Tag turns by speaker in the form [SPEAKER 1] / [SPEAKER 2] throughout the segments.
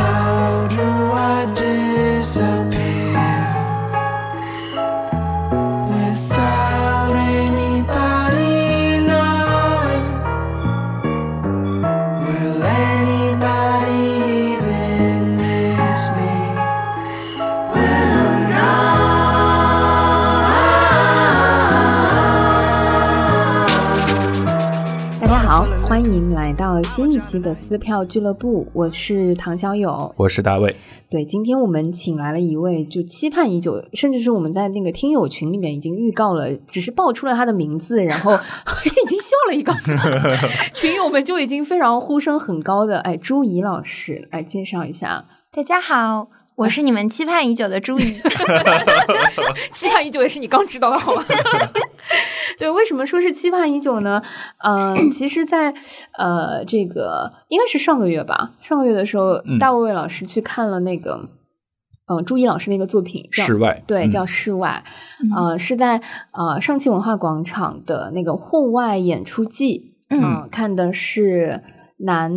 [SPEAKER 1] How do I disappear without anybody knowing? Will anybody even miss me when I'm gone?
[SPEAKER 2] 大家好，欢迎来到新一期的撕票俱乐部，我是唐小友。
[SPEAKER 3] 我是大卫，
[SPEAKER 2] 对，今天我们请来了一位就期盼已久，甚至是我们在那个听友群里面已经预告了，只是报出了他的名字，然后 已经笑了一个， 群友们就已经非常呼声很高的，哎，朱怡老师来介绍一下，
[SPEAKER 4] 大家好，我是你们期盼已久的 朱怡。
[SPEAKER 2] 期盼已久也是你刚知道的 好吗？对，为什么说是期盼已久呢？ 呃，其实在，呃这个应该是上个月吧，上个月的时候，
[SPEAKER 3] 嗯
[SPEAKER 2] 大卫老师去看了那个，呃，朱一老师那个作品叫
[SPEAKER 3] 室外
[SPEAKER 2] 对，
[SPEAKER 3] 嗯
[SPEAKER 2] 叫室外，呃，是在呃上汽文化广场的那个户外演出季，
[SPEAKER 4] 嗯
[SPEAKER 2] 呃看的是南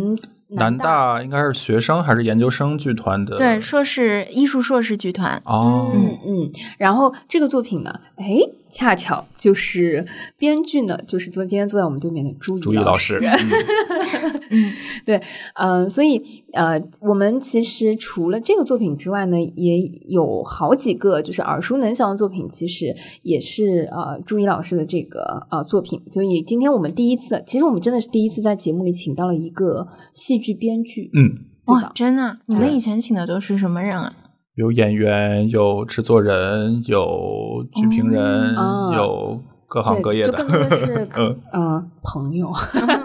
[SPEAKER 3] 南
[SPEAKER 2] 大
[SPEAKER 3] 大应该是学生还是研究生剧团的？
[SPEAKER 4] 对，硕士艺术硕士剧团，
[SPEAKER 3] 哦，
[SPEAKER 2] 嗯嗯，然后这个作品呢，哎，恰巧就是编剧呢，就是坐今天坐在我们对面的朱
[SPEAKER 3] 朱
[SPEAKER 2] 怡
[SPEAKER 3] 毅
[SPEAKER 2] 老
[SPEAKER 3] 老
[SPEAKER 2] 师
[SPEAKER 3] 师，， 嗯
[SPEAKER 4] 嗯，
[SPEAKER 2] 嗯、所以呃，我们其实除了这个作品之外呢，也有好几个就是耳熟能详的作品，其实也是呃朱怡老师的这个呃作品。所以今天我们第一次，其实我们真的是第一次在节目里请到了一个戏剧编剧，
[SPEAKER 3] 嗯，
[SPEAKER 2] 对
[SPEAKER 4] 哇
[SPEAKER 2] 吧，？
[SPEAKER 4] 真的，啊你
[SPEAKER 2] 对
[SPEAKER 4] 们以前请的都是什么 人啊？
[SPEAKER 3] 有演员，有制作人，有剧评人，
[SPEAKER 2] 哦
[SPEAKER 3] 有各行各
[SPEAKER 2] 对，
[SPEAKER 3] 业
[SPEAKER 2] 就
[SPEAKER 3] 的
[SPEAKER 2] 更，多的 是
[SPEAKER 3] 嗯，
[SPEAKER 2] 呃朋友。
[SPEAKER 4] 嗯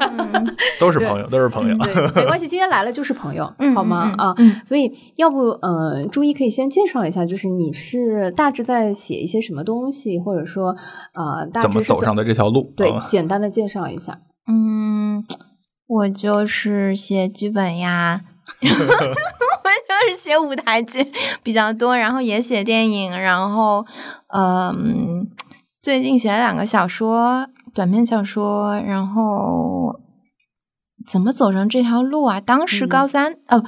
[SPEAKER 3] 都是朋友，都是朋友。
[SPEAKER 2] 对，没关系，今天来了就是朋友，
[SPEAKER 4] 嗯
[SPEAKER 2] 好吗？
[SPEAKER 4] 嗯
[SPEAKER 2] 啊，
[SPEAKER 4] 嗯
[SPEAKER 2] 所以要不，呃，朱一可以先介绍一下，就是你是大致在写一些什么东西，或者说，呃，大致
[SPEAKER 3] 怎么
[SPEAKER 2] 是
[SPEAKER 3] 走上的这条路？
[SPEAKER 2] 对
[SPEAKER 3] 啊，
[SPEAKER 2] 简单的介绍一 下。
[SPEAKER 4] 嗯，我就是写剧本呀。 我就是写舞台剧比较多，然后也写电影，然后，嗯，最近写了两个小说，短篇小说，然后怎么走上这条路啊？当时
[SPEAKER 2] 嗯
[SPEAKER 4] 高三，哦，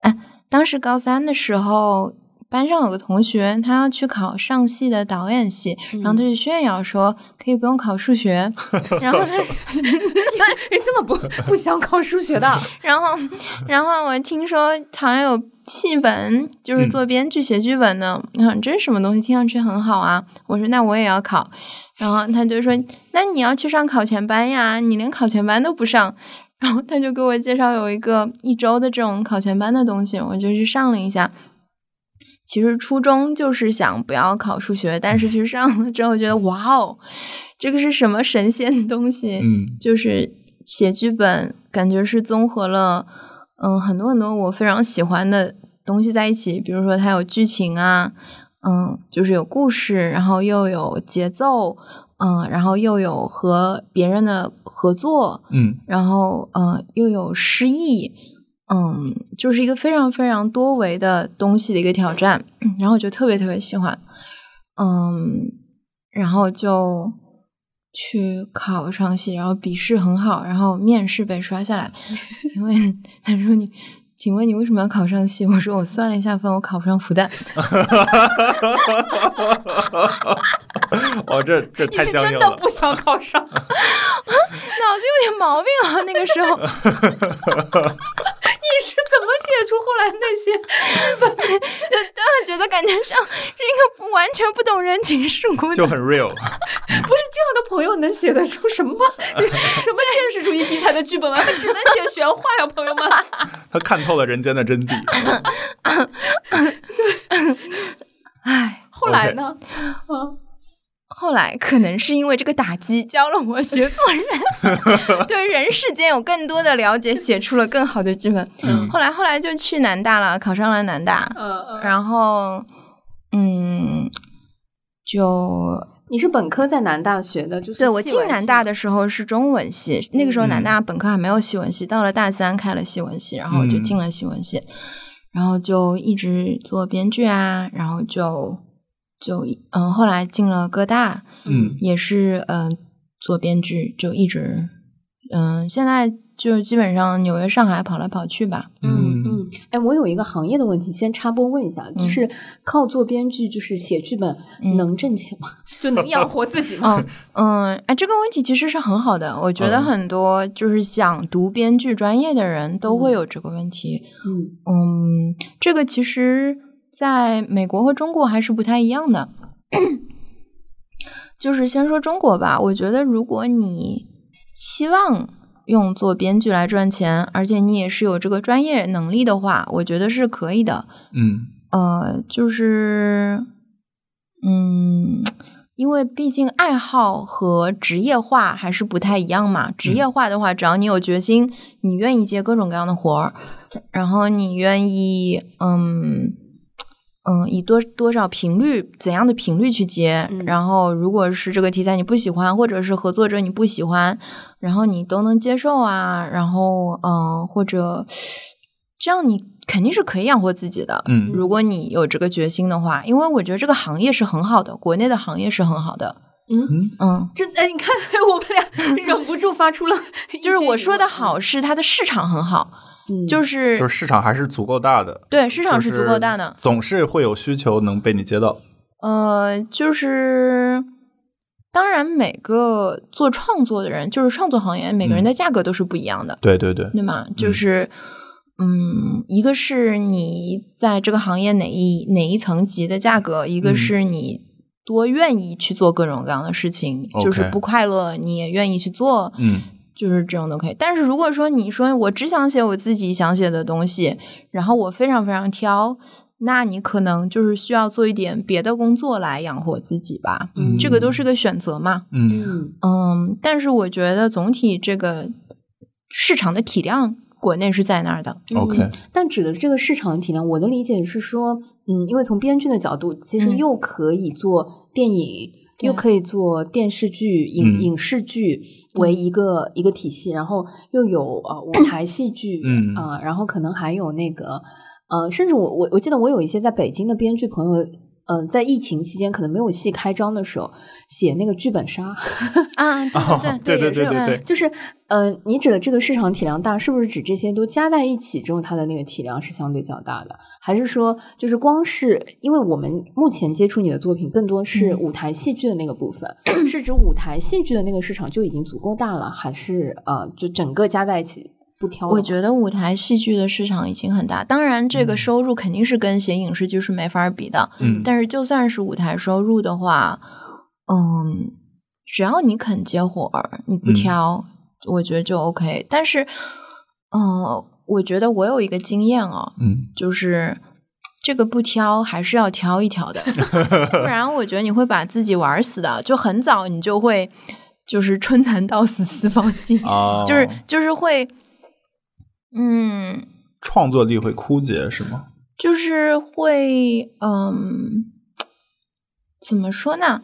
[SPEAKER 4] 哎，当时高三的时候，班上有个同学，他要去考上戏的导演系，然后他就炫耀说可以不用考数学，然后他
[SPEAKER 2] 你哎这么不不想考数学 的？
[SPEAKER 4] 然后， 然后我听说好像有戏本，就是
[SPEAKER 3] 嗯
[SPEAKER 4] 做编剧、写剧本的。嗯，这是什么东西？听上去很好啊。我说那我也要考。然后他就说：“那你要去上考前班呀，你连考前班都不上。”然后他就给我介绍有一个一周的这种考前班的东西，我就去上了一下。其实初衷就是想不要考数学，但是去上了之后觉得哇哦，这个是什么神仙的东西？
[SPEAKER 3] 嗯，
[SPEAKER 4] 就是写剧本，感觉是综合了嗯很多很多我非常喜欢的东西在一起，比如说它有剧情啊，嗯，就是有故事，然后又有节奏，嗯，然后又有和别人的合作，
[SPEAKER 3] 嗯，
[SPEAKER 4] 然后呃又有诗意，嗯，就是一个非常非常多维的东西的一个挑战，然后我就特别特别喜欢，嗯，然后就去考上戏，然后笔试很好，然后面试被刷下来， 因为他说你。请问你为什么要考上戏？我说我算了一下分，我考不上复旦。
[SPEAKER 3] 哦，这这
[SPEAKER 2] 你
[SPEAKER 3] 太
[SPEAKER 2] 是
[SPEAKER 3] 僵
[SPEAKER 2] 真
[SPEAKER 3] 硬
[SPEAKER 2] 的
[SPEAKER 3] 了。
[SPEAKER 2] 不想考上？
[SPEAKER 4] 脑子有点毛病啊，那个时候
[SPEAKER 2] 你是怎么写出后来那些？
[SPEAKER 4] 就当然觉得感觉上是一个不完全不懂人情世故 的，
[SPEAKER 3] 就很 real，
[SPEAKER 2] 不是这样的朋友能写得出什么 什么现实主义题材的剧本吗？ 他只能写玄幻呀、朋友们。
[SPEAKER 3] 他看透了人间的真谛。
[SPEAKER 4] 唉，
[SPEAKER 2] 后来呢？啊，
[SPEAKER 4] 后来可能是因为这个打击教了我学做人，对人 世间有更多的了解，写出了更好的剧本。
[SPEAKER 3] 嗯
[SPEAKER 4] 后来后来就去南大了，考上了南大，
[SPEAKER 2] 嗯嗯，
[SPEAKER 4] 然后嗯，就
[SPEAKER 2] 你是本科在南大学的，就是
[SPEAKER 4] 对我
[SPEAKER 2] 戏
[SPEAKER 4] 进
[SPEAKER 2] 文
[SPEAKER 4] 南
[SPEAKER 2] 系
[SPEAKER 4] 大
[SPEAKER 2] 吗
[SPEAKER 4] 的时候是中文系，那个时候南
[SPEAKER 3] 嗯
[SPEAKER 4] 大本科还没有戏文系，到了大三开了戏文系，然后我就
[SPEAKER 3] 嗯
[SPEAKER 4] 进了戏文系，然后就一直做编剧啊，然后就就嗯、后来进了哥大，
[SPEAKER 3] 嗯
[SPEAKER 4] 也是嗯、呃做编剧，就一直嗯、现在就基本上纽约、上海跑来跑去吧。
[SPEAKER 2] 嗯嗯，哎，我有一个行业的问题，先插播问一下，就
[SPEAKER 4] 嗯
[SPEAKER 2] 是靠做编剧，就是写剧本，
[SPEAKER 4] 嗯
[SPEAKER 2] 能挣钱吗？ 就能养活自己吗？
[SPEAKER 4] 哦，嗯，哎，这个问题其实是很好的，我觉得
[SPEAKER 3] 嗯
[SPEAKER 4] 很多就是想读编剧专业的人都会
[SPEAKER 2] 嗯
[SPEAKER 4] 有这个问题。
[SPEAKER 2] 嗯
[SPEAKER 4] 嗯，这个其实在美国和中国还是不太一样的。 就是先说中国吧，我觉得如果你希望用做编剧来赚钱，而且你也是有这个专业能力的话，我觉得是可以的。
[SPEAKER 3] 嗯
[SPEAKER 4] 呃，就是，嗯，因为毕竟爱好和职业化还是不太一样嘛。职业化的话，只要你有决心，你愿意接各种各样的活儿，然后你愿意，嗯。嗯，以多多少频率，怎样的频率去接？
[SPEAKER 2] 嗯
[SPEAKER 4] 然后，如果是这个题材你不喜欢，或者是合作者你不喜欢，然后你都能接受啊，然后嗯、呃或者这样你肯定是可以养活自己的。
[SPEAKER 3] 嗯
[SPEAKER 4] 如果你有这个决心的话，因为我觉得这个行业是很好的，国内的行业是很好的。
[SPEAKER 2] 嗯，
[SPEAKER 4] 嗯，
[SPEAKER 2] 真哎，你看 我们俩忍不住发出了，
[SPEAKER 4] 就是我说的，好是它的市场很好，
[SPEAKER 2] 嗯、
[SPEAKER 4] 就是是、
[SPEAKER 3] 就是市场还是足够大的，
[SPEAKER 4] 对市场
[SPEAKER 3] 就是
[SPEAKER 4] 足够大的。
[SPEAKER 3] 总是会有需求能被你接到。
[SPEAKER 4] 呃，就是当然每个做创作的人，就是创作行业，每个
[SPEAKER 3] 嗯
[SPEAKER 4] 人的价格都是不一样的。
[SPEAKER 3] 对对对，
[SPEAKER 4] 对吗？就是，嗯，一个是你在这个行业哪一哪一层级的价格，一个
[SPEAKER 3] 嗯
[SPEAKER 4] 是你多愿意去做各种各样的事情，就是
[SPEAKER 3] OK
[SPEAKER 4] 不快乐你也愿意去做，
[SPEAKER 3] 嗯，
[SPEAKER 4] 就是这种都可以。但是如果说你说我只想写我自己想写的东西，然后我非常非常挑。那你可能就是需要做一点别的工作来养活自己吧，
[SPEAKER 2] 嗯
[SPEAKER 4] 这个都是个选择嘛。
[SPEAKER 2] 嗯
[SPEAKER 3] 嗯
[SPEAKER 4] 嗯，但是我觉得总体这个市场的体量，国内是在那儿的。
[SPEAKER 2] 嗯
[SPEAKER 3] ，OK，
[SPEAKER 2] 但指的这个市场体量，我的理解是说，嗯，因为从编剧的角度，其实
[SPEAKER 4] 嗯
[SPEAKER 2] 又可以做电影，
[SPEAKER 4] 对
[SPEAKER 2] 又可以做电视剧、影、
[SPEAKER 3] 嗯
[SPEAKER 2] 影视剧为一个一个体系，然后又有呃舞台戏剧，
[SPEAKER 3] 嗯
[SPEAKER 2] 啊、然后可能还有那个呃，甚至我我我记得我有一些在北京的编剧朋友。嗯、在疫情期间可能没有戏开张的时候，写那个剧本杀，
[SPEAKER 4] 啊，对
[SPEAKER 3] 哦对对对对
[SPEAKER 4] 对，
[SPEAKER 3] 对，
[SPEAKER 2] 就是，嗯、你指的这个市场体量大，是不是指这些都加在一起之后，它的那个体量是相对较大的？还是说，就是光是因为我们目前接触你的作品，更多是
[SPEAKER 4] 嗯
[SPEAKER 2] 舞台戏剧的那个部分，是指舞台戏剧的那个市场就已经足够大了，还是呃，就整个加在一起不挑了吗？
[SPEAKER 4] 我觉得舞台戏剧的市场已经很大，当然这个收入肯定是跟写影视剧是没法比的。
[SPEAKER 3] 嗯
[SPEAKER 4] 但是就算是舞台收入的话，嗯，只要你肯接活儿，你不
[SPEAKER 3] 嗯
[SPEAKER 4] 挑，我觉得就 OK。但是，呃，我觉得我有一个经验哦，
[SPEAKER 3] 嗯
[SPEAKER 4] 就是这个不挑还是要挑一挑的， 不然我觉得你会把自己玩死的。就很早你就会就是春蚕到死丝方尽，
[SPEAKER 3] 啊，
[SPEAKER 4] 就是就是会，嗯，
[SPEAKER 3] 创作力会枯竭是吗？
[SPEAKER 4] 就是会，嗯，怎么说呢？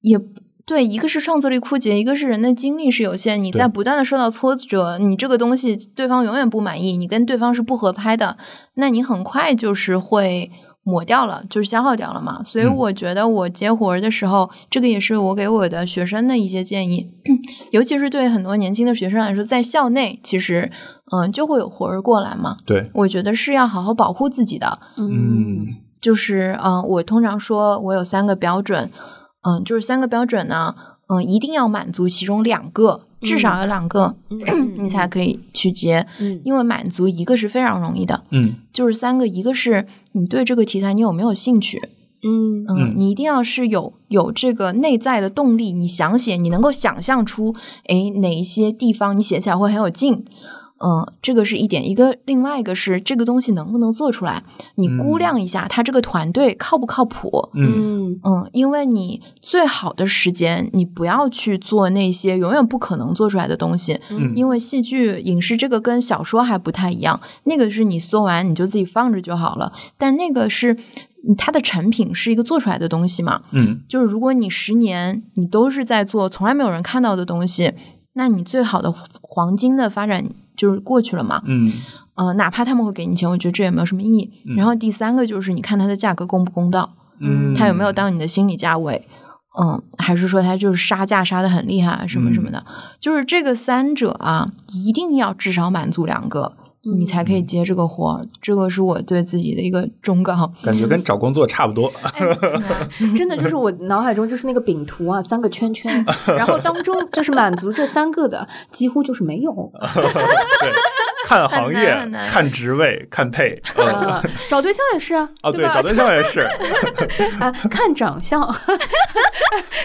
[SPEAKER 4] 也对，一个是创作力枯竭，一个是人的精力是有限。你
[SPEAKER 3] 对
[SPEAKER 4] 在不断的受到挫折，你这个东西对方永远不满意，你跟对方是不合拍的，那你很快就是会抹掉了，就是消耗掉了嘛。所以
[SPEAKER 3] 嗯
[SPEAKER 4] 我觉得我接活儿的时候，这个也是我给我的学生的一些建议， 尤其是对很多年轻的学生来说，在校内其实，嗯，就会有活儿过来嘛。
[SPEAKER 3] 对，
[SPEAKER 4] 我觉得是要好好保护自己的。
[SPEAKER 2] 嗯，
[SPEAKER 4] 就是，嗯、我通常说我有三个标准，嗯、就是三个标准呢，嗯、一定要满足其中两个，至少有两个，你才可以去接。
[SPEAKER 2] 嗯
[SPEAKER 4] 因为满足一个是非常容易的，
[SPEAKER 3] 嗯
[SPEAKER 4] 就是三个，一个是你对这个题材你有没有兴趣，
[SPEAKER 2] 嗯
[SPEAKER 4] 嗯，
[SPEAKER 3] 嗯
[SPEAKER 4] 你一定要是有有这个内在的动力，你想写，你能够想象出，诶哪一些地方你写起来会很有劲。嗯，这个是一点，一个另外一个是这个东西能不能做出来，你估
[SPEAKER 3] 嗯
[SPEAKER 4] 量一下它这个团队靠不靠谱。
[SPEAKER 3] 嗯
[SPEAKER 2] 嗯
[SPEAKER 4] 嗯，因为你最好的时间，你不要去做那些永远不可能做出来的东西，
[SPEAKER 3] 嗯，
[SPEAKER 4] 因为戏剧、影视这个跟小说还不太一样，那个是你缩完你就自己放着就好了，但那个是嗯它的成品是一个做出来的东西嘛。
[SPEAKER 3] 嗯
[SPEAKER 4] 就是如果你十年你都是在做从来没有人看到的东西，那你最好的黄金的发展就是过去了嘛。
[SPEAKER 3] 嗯
[SPEAKER 4] 呃，哪怕他们会给你钱，我觉得这也没有什么意义。
[SPEAKER 3] 嗯
[SPEAKER 4] 然后第三个就是你看它的价格公不公道，
[SPEAKER 3] 嗯，
[SPEAKER 4] 他有没有到你的心理价位？嗯，还是说他就是杀价杀的很厉害，什么什么的？
[SPEAKER 2] 嗯
[SPEAKER 4] 就是这个三者啊，一定要至少满足两个，
[SPEAKER 2] 嗯
[SPEAKER 4] 你才可以接这个活儿。这个是我对自己的一个忠告。
[SPEAKER 3] 感觉跟找工作差不多。
[SPEAKER 2] 真的就是我脑海中就是那个饼图啊，三个圈 圈，然后当中就是满足这三个的，几乎就是没有。
[SPEAKER 3] 对，看行
[SPEAKER 4] 很
[SPEAKER 3] 业
[SPEAKER 4] 难很、难
[SPEAKER 3] 看职位、看配。 嗯，
[SPEAKER 2] 呃，找对象也是啊，
[SPEAKER 3] 哦，对，
[SPEAKER 2] 吧？
[SPEAKER 3] 找对象也是。
[SPEAKER 2] 啊，看长相，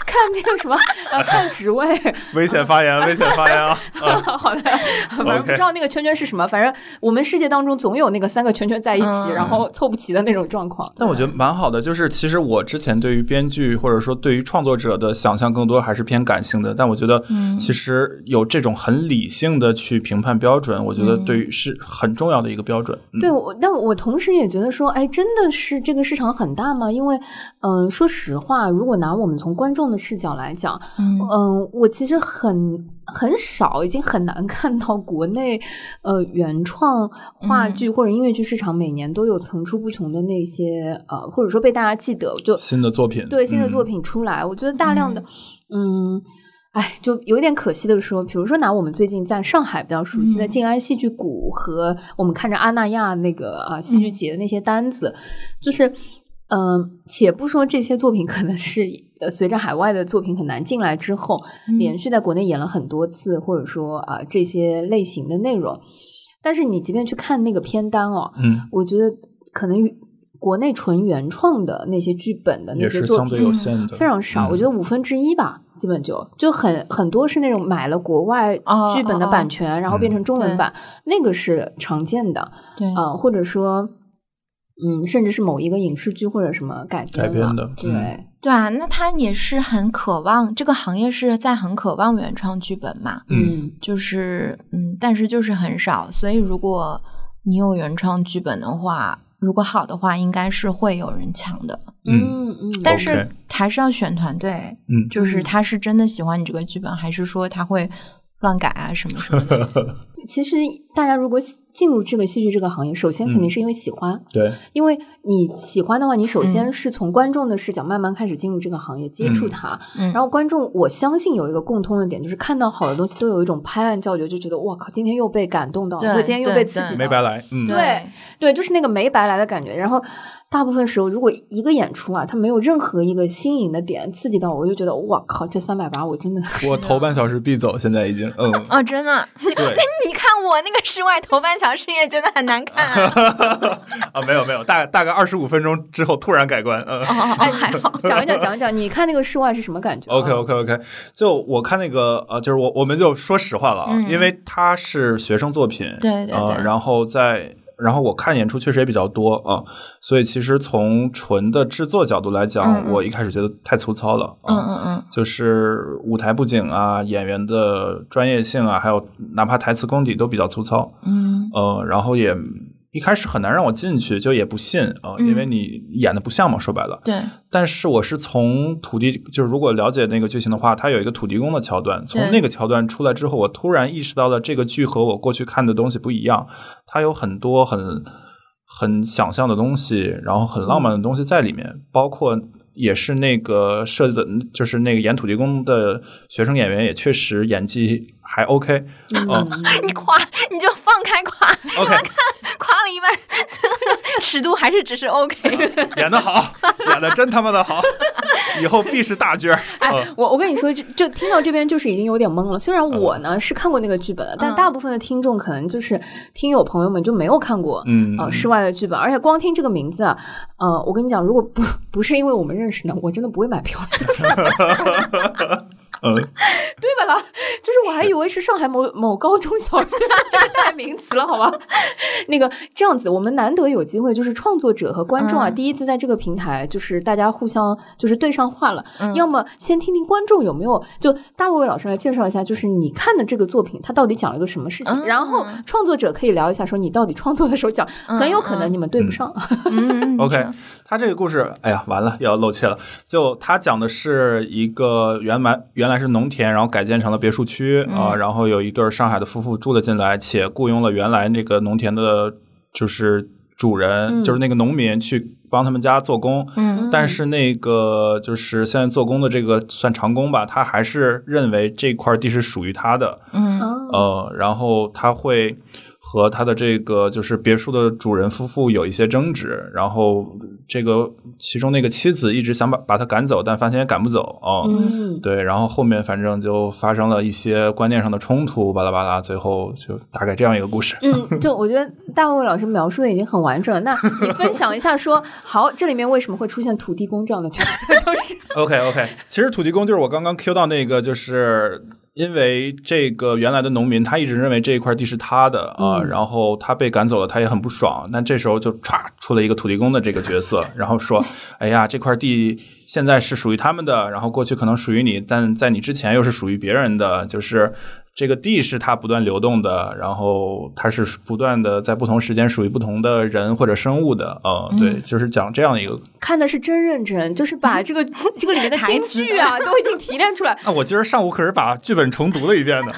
[SPEAKER 2] 看那个什么，呃，看职位，
[SPEAKER 3] 危险发言，危险发言啊！啊，
[SPEAKER 2] 好的，反正
[SPEAKER 3] OK
[SPEAKER 2] 不知道那个圈圈是什么，反正我们世界当中总有那个三个圈圈在一起，
[SPEAKER 4] 嗯
[SPEAKER 2] 然后凑不齐的那种状况。
[SPEAKER 3] 但我觉得蛮好的，就是其实我之前对于编剧或者说对于创作者的想象更多还是偏感性的，但我觉得
[SPEAKER 2] 嗯
[SPEAKER 3] 其实有这种很理性的去评判标准，我觉得对于是很重要的一个标准。
[SPEAKER 2] 嗯
[SPEAKER 3] 嗯
[SPEAKER 2] 对，我但我同时也觉得说，哎，真的是这个市场很大吗？因为，嗯、说实话，如果拿我们从观众的视角来讲，
[SPEAKER 4] 嗯
[SPEAKER 2] 嗯，我其实很很少，已经很难 看到国内呃原创话剧或者音乐剧市场每年都有层出不穷的那些呃，或者说被大家记得，就
[SPEAKER 3] 新的作品，
[SPEAKER 2] 对新的作
[SPEAKER 3] 嗯，
[SPEAKER 2] 品出来，我觉得大量的嗯。哎，就有点可惜的说，比如说拿我们最近在上海比较熟悉的
[SPEAKER 4] 嗯
[SPEAKER 2] 静安戏剧谷和我们看着阿那亚那个啊戏剧节的那些单子，就是，嗯、且不说这些作品可能是呃随着海外的作品很难进来之后，
[SPEAKER 4] 嗯
[SPEAKER 2] 连续在国内演了很多次，或者说啊、这些类型的内容，但是你即便去看那个片单哦，
[SPEAKER 3] 嗯，
[SPEAKER 2] 我觉得可能国内纯原创的那些剧本的那
[SPEAKER 3] 也
[SPEAKER 2] 些
[SPEAKER 3] 是
[SPEAKER 2] 作
[SPEAKER 3] 相对
[SPEAKER 2] 品
[SPEAKER 3] 有限的，
[SPEAKER 2] 非常少，
[SPEAKER 3] 嗯
[SPEAKER 2] 我觉得五分之一吧，基本就就很很多是那种买了国外
[SPEAKER 4] 哦
[SPEAKER 2] 剧本的
[SPEAKER 4] 哦哦
[SPEAKER 2] 版权，然后变
[SPEAKER 3] 嗯
[SPEAKER 2] 成中文
[SPEAKER 4] 对
[SPEAKER 2] 版，那个是常见的。
[SPEAKER 4] 对
[SPEAKER 2] 啊，或者说，嗯，甚至是某一个影视剧或者什么改编
[SPEAKER 3] 改编
[SPEAKER 2] 了
[SPEAKER 3] 的
[SPEAKER 2] 对，
[SPEAKER 3] 嗯
[SPEAKER 4] 对啊，那他也是很渴望这个行业是在很渴望原创剧本嘛，
[SPEAKER 3] 嗯，
[SPEAKER 4] 就是嗯，但是就是很少，所以如果你有原创剧本的话，如果好的话，应该是会有人抢的，
[SPEAKER 2] 嗯嗯，
[SPEAKER 4] 但
[SPEAKER 3] OK
[SPEAKER 4] 是还是要选团队，
[SPEAKER 3] 嗯
[SPEAKER 4] 就是
[SPEAKER 2] 嗯
[SPEAKER 4] 他是真的喜欢你这个剧本，还是说他会乱改啊什么什么的，
[SPEAKER 2] 其实大家如果喜进入这个戏剧这个行业，首先肯定
[SPEAKER 3] 嗯
[SPEAKER 2] 是因为喜欢，
[SPEAKER 3] 对，
[SPEAKER 2] 因为你喜欢的话，你首先
[SPEAKER 4] 嗯
[SPEAKER 2] 是从观众的视角慢慢开始进入这个行业，接触
[SPEAKER 3] 嗯
[SPEAKER 2] 它。
[SPEAKER 4] 嗯
[SPEAKER 2] 然后观众，我相信有一个共通的点，就是看到好的东西都有一种拍案叫绝，就觉得哇靠，今天又被感动到了，
[SPEAKER 4] 对
[SPEAKER 2] 或者今天又
[SPEAKER 4] 对
[SPEAKER 2] 被刺
[SPEAKER 4] 对
[SPEAKER 2] 激
[SPEAKER 3] 没
[SPEAKER 2] 到
[SPEAKER 3] 白
[SPEAKER 2] 了。
[SPEAKER 3] 来，嗯，
[SPEAKER 2] 对对，就是那个没白来的感觉。然后大部分时候，如果一个演出啊，它没有任何一个新颖的点刺激到我，我就觉得哇靠，这三百八我真的
[SPEAKER 3] 我头半小时必走，现在已经， 嗯，
[SPEAKER 4] 哦，真的 啊，
[SPEAKER 3] 对，
[SPEAKER 4] 你看我那个室外头半小时也觉得很难看 啊，
[SPEAKER 3] 啊，没有没有，大大概二十五分钟之后突然改观，嗯。
[SPEAKER 4] 哦哦哦，还好，
[SPEAKER 2] 讲一讲讲一讲，你看那个室外是什么感觉啊
[SPEAKER 4] 嗯
[SPEAKER 3] OK OK OK，就我看那个呃，就是我我们就说实话了啊，
[SPEAKER 4] 嗯
[SPEAKER 3] 因为它是学生作品，
[SPEAKER 4] 对对
[SPEAKER 3] 呃
[SPEAKER 4] 对
[SPEAKER 3] 然后在然后我看演出确实也比较多啊、所以其实从纯的制作角度来讲，
[SPEAKER 4] 嗯嗯
[SPEAKER 3] 我一开始觉得太粗糙了，
[SPEAKER 4] 嗯
[SPEAKER 3] 啊
[SPEAKER 4] 嗯嗯。
[SPEAKER 3] 就是舞台布景啊、演员的专业性啊，还有哪怕台词功底都比较粗糙，
[SPEAKER 4] 嗯
[SPEAKER 3] 呃，然后也一开始很难让我进去，就也不信啊、因为
[SPEAKER 4] 嗯
[SPEAKER 3] 你演的不像嘛，说白了，。
[SPEAKER 4] 对，
[SPEAKER 3] 但是我是从土地，就是如果了解那个剧情的话，它有一个土地公的桥段。从那个桥段出来之后，我突然意识到了这个剧和我过去看的东西不一样，它有很多很很想象的东西，然后很浪漫的东西在里面，包括。也是那个设计的，就是那个演土地公的学生演员，也确实演技还 OK，
[SPEAKER 2] 嗯
[SPEAKER 3] 哦，
[SPEAKER 4] 你夸你就放开夸
[SPEAKER 3] OK
[SPEAKER 4] 夸了一半， 尺度还是只是 OK。
[SPEAKER 3] 演的好，演的真他妈的好，以后必是大角儿。嗯
[SPEAKER 2] 我我跟你说，就就听到这边就是已经有点懵了。虽然我呢是看过那个剧本的，但大部分的听众可能就是听友朋友们就没有看过。
[SPEAKER 3] 嗯
[SPEAKER 2] 呃，室外的剧本，而且光听这个名字啊，呃，我跟你讲，如果不不是因为我们认识呢，我真的不会买票，
[SPEAKER 3] 嗯，
[SPEAKER 2] 对吧？ 啦，就是我还以为是上海某某高中小学， 这个代名词了，好吧？ 那个这样子，我们难得有机会，就是创作者和观众啊，
[SPEAKER 4] 嗯
[SPEAKER 2] 第一次在这个平台，就是大家互相就是对上话了。
[SPEAKER 4] 嗯
[SPEAKER 2] 要么先听听观众有没有，就大卫老师来介绍一下，就是你看的这个作品，它到底讲了一个什么事情，
[SPEAKER 4] 嗯
[SPEAKER 2] 然后创作者可以聊一下，说你到底创作的时候讲，
[SPEAKER 4] 嗯
[SPEAKER 2] 很有可能你们对不上。
[SPEAKER 4] 嗯
[SPEAKER 3] OK，他这个故事，哎呀，完了，又要露怯了。就他讲的是一个原来原来是农田，然后改建成了别墅区啊、
[SPEAKER 4] 嗯
[SPEAKER 3] 然后有一对儿上海的夫妇住了进来，且雇佣了原来那个农田的，就是主人，
[SPEAKER 2] 嗯
[SPEAKER 3] 就是那个农民去帮他们家做工。
[SPEAKER 4] 嗯
[SPEAKER 3] 但是那个就是现在做工的这个算长工吧，他还是认为这块地是属于他的，
[SPEAKER 4] 嗯
[SPEAKER 2] 哦，
[SPEAKER 3] 呃，然后他会和他的这个就是别墅的主人夫妇有一些争执，然后这个其中那个妻子一直想把把他赶走，但发现也赶不走啊。
[SPEAKER 4] 嗯
[SPEAKER 2] 嗯，
[SPEAKER 3] 对，然后后面反正就发生了一些观念上的冲突，巴拉巴拉，最后就大概这样一个故事。
[SPEAKER 2] 嗯，就我觉得大卫老师描述的已经很完整了。那你分享一下说，好，这里面为什么会出现土地公这样的角色？ 就是，
[SPEAKER 3] OK OK，其实土地公就是我刚刚 Q 到那个，就是因为这个原来的农民他一直认为这一块地是他的啊、
[SPEAKER 2] 嗯
[SPEAKER 3] 然后他被赶走了，他也很不爽。但这时候就歘出了一个土地公的这个角色，然后说：“哎呀，这块地现在是属于他们的，然后过去可能属于你，但在你之前又是属于别人的，就是。”这个地是它不断流动的，然后它是不断的在不同时间属于不同的人或者生物的，呃，对，就是讲这样一个
[SPEAKER 2] 看的是真认真，就是把 这个这个里面的
[SPEAKER 4] 台
[SPEAKER 2] 金
[SPEAKER 4] 词
[SPEAKER 2] 句啊都已经提炼出 来。
[SPEAKER 3] 啊，我今儿上午可是把剧本重读了一 遍呢。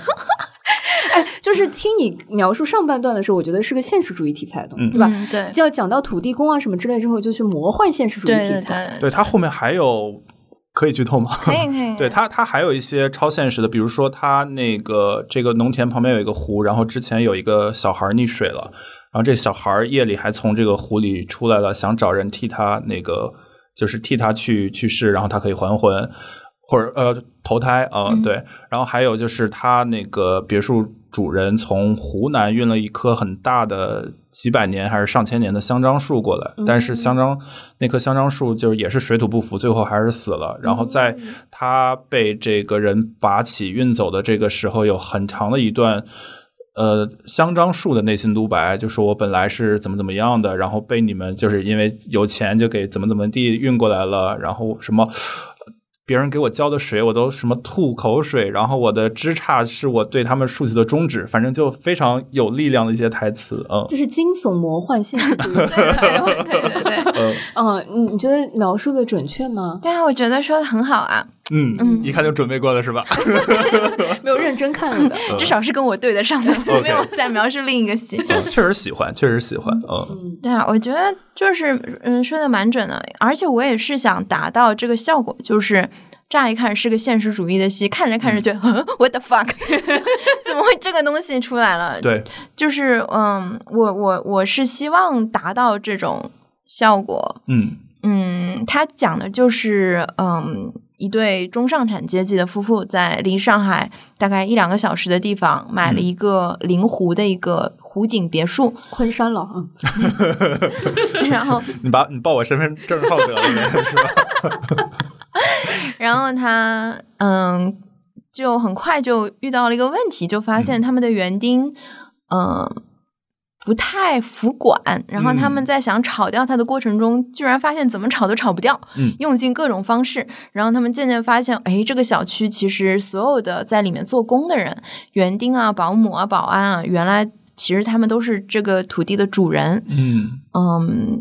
[SPEAKER 2] 哎，就是听你描述上半段的时候，我觉得是个现实主义题材的东西，
[SPEAKER 3] 嗯
[SPEAKER 2] 对吧？
[SPEAKER 4] 嗯 对
[SPEAKER 2] 就要讲到土地公啊什么之类之后，就去魔幻现实主义
[SPEAKER 4] 对
[SPEAKER 2] 题
[SPEAKER 4] 对
[SPEAKER 2] 材。
[SPEAKER 4] 对，
[SPEAKER 3] 对他后面还有可以剧透吗？
[SPEAKER 4] 可以可 以，
[SPEAKER 3] 对他，他还有一些超现实的，比如说他那个这个农田旁边有一个湖，然后之前有一个小孩溺水了，然后这小孩夜里还从这个湖里出来了，想找人替他那个就是替他去去世，然后他可以还魂或者呃投胎啊、呃
[SPEAKER 4] 嗯
[SPEAKER 3] 对。然后还有就是他那个别墅主人从湖南运了一棵很大的几百年还是上千年的香樟树过来，但是香樟那棵香樟树就是也是水土不服，最后还是死了。然后在他被这个人拔起运走的这个时候，有很长的一段。呃，香樟树的内心独白，就说我本来是怎么怎么样的，然后被你们就是因为有钱就给怎么怎么地运过来了，然后什么别人给我浇的水，我都什么吐口水，然后我的枝杈是我对他们竖起的中指，反正就非常有力量的一些台词，嗯
[SPEAKER 2] 这是惊悚魔幻现实 主义。
[SPEAKER 4] 对对对对。
[SPEAKER 3] 嗯
[SPEAKER 2] 嗯，你你觉得描述的准确吗？
[SPEAKER 4] 对啊，我觉得说的很好啊，
[SPEAKER 3] 嗯，
[SPEAKER 4] 嗯
[SPEAKER 3] 一看就准备过了是吧？
[SPEAKER 2] 没有认真看过的。
[SPEAKER 4] 至少是跟我对得上 的，
[SPEAKER 3] OK
[SPEAKER 4] 没有在描述另一个戏。
[SPEAKER 3] 嗯确实喜欢，确实喜欢，嗯
[SPEAKER 2] 嗯
[SPEAKER 4] 对啊，我觉得就是嗯说的蛮准的，而且我也是想达到这个效果，就是乍一看是个现实主义的戏，看着看着就、 嗯、what the fuck，怎么会这个东西出来了？，
[SPEAKER 3] 对，
[SPEAKER 4] 就是嗯，我我我是希望达到这种效果。
[SPEAKER 3] 嗯
[SPEAKER 4] 嗯，他讲的就是嗯。一对中上产阶级的夫妇在离上海大概一两个小时的地方买了一个临湖的一个湖景别墅，
[SPEAKER 2] 昆山了啊，
[SPEAKER 4] 然后
[SPEAKER 3] 你把你报我身份证号得了呗，是吧？
[SPEAKER 4] 然后他嗯，就很快就遇到了一个问题，就发现他们的园丁嗯不太服管，然后他们在想炒掉他的过程中，居然发现怎么炒都炒不掉，
[SPEAKER 3] 嗯
[SPEAKER 4] 用尽各种方式，然后他们渐渐发现，哎，这个小区其实所有的在里面做工的人，园丁啊、保姆啊、保安啊，原来其实他们都是这个土地的主人，
[SPEAKER 3] 嗯
[SPEAKER 4] 嗯，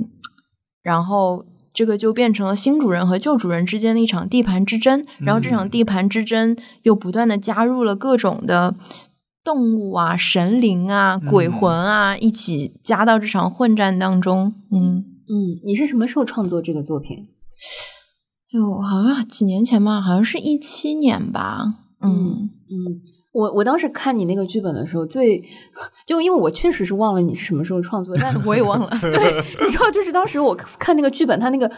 [SPEAKER 4] 然后这个就变成了新主人和旧主人之间的一场地盘之争，然后这场
[SPEAKER 3] 嗯
[SPEAKER 4] 地盘之争又不断的加入了各种的动物啊、神灵啊、鬼
[SPEAKER 3] 嗯
[SPEAKER 4] 魂啊，一起加到这场混战当中。嗯，
[SPEAKER 2] 嗯，你是什么时候创作这个作品？
[SPEAKER 4] 哎呦，好像几年前吧，好像是一七年吧。嗯
[SPEAKER 2] 嗯，我我当时看你那个剧本的时候，最就因为我确实是忘了你是什么时候创作，但
[SPEAKER 4] 嗯 我也忘了
[SPEAKER 2] 对， 你知道，就是当时我看那个剧本，它那个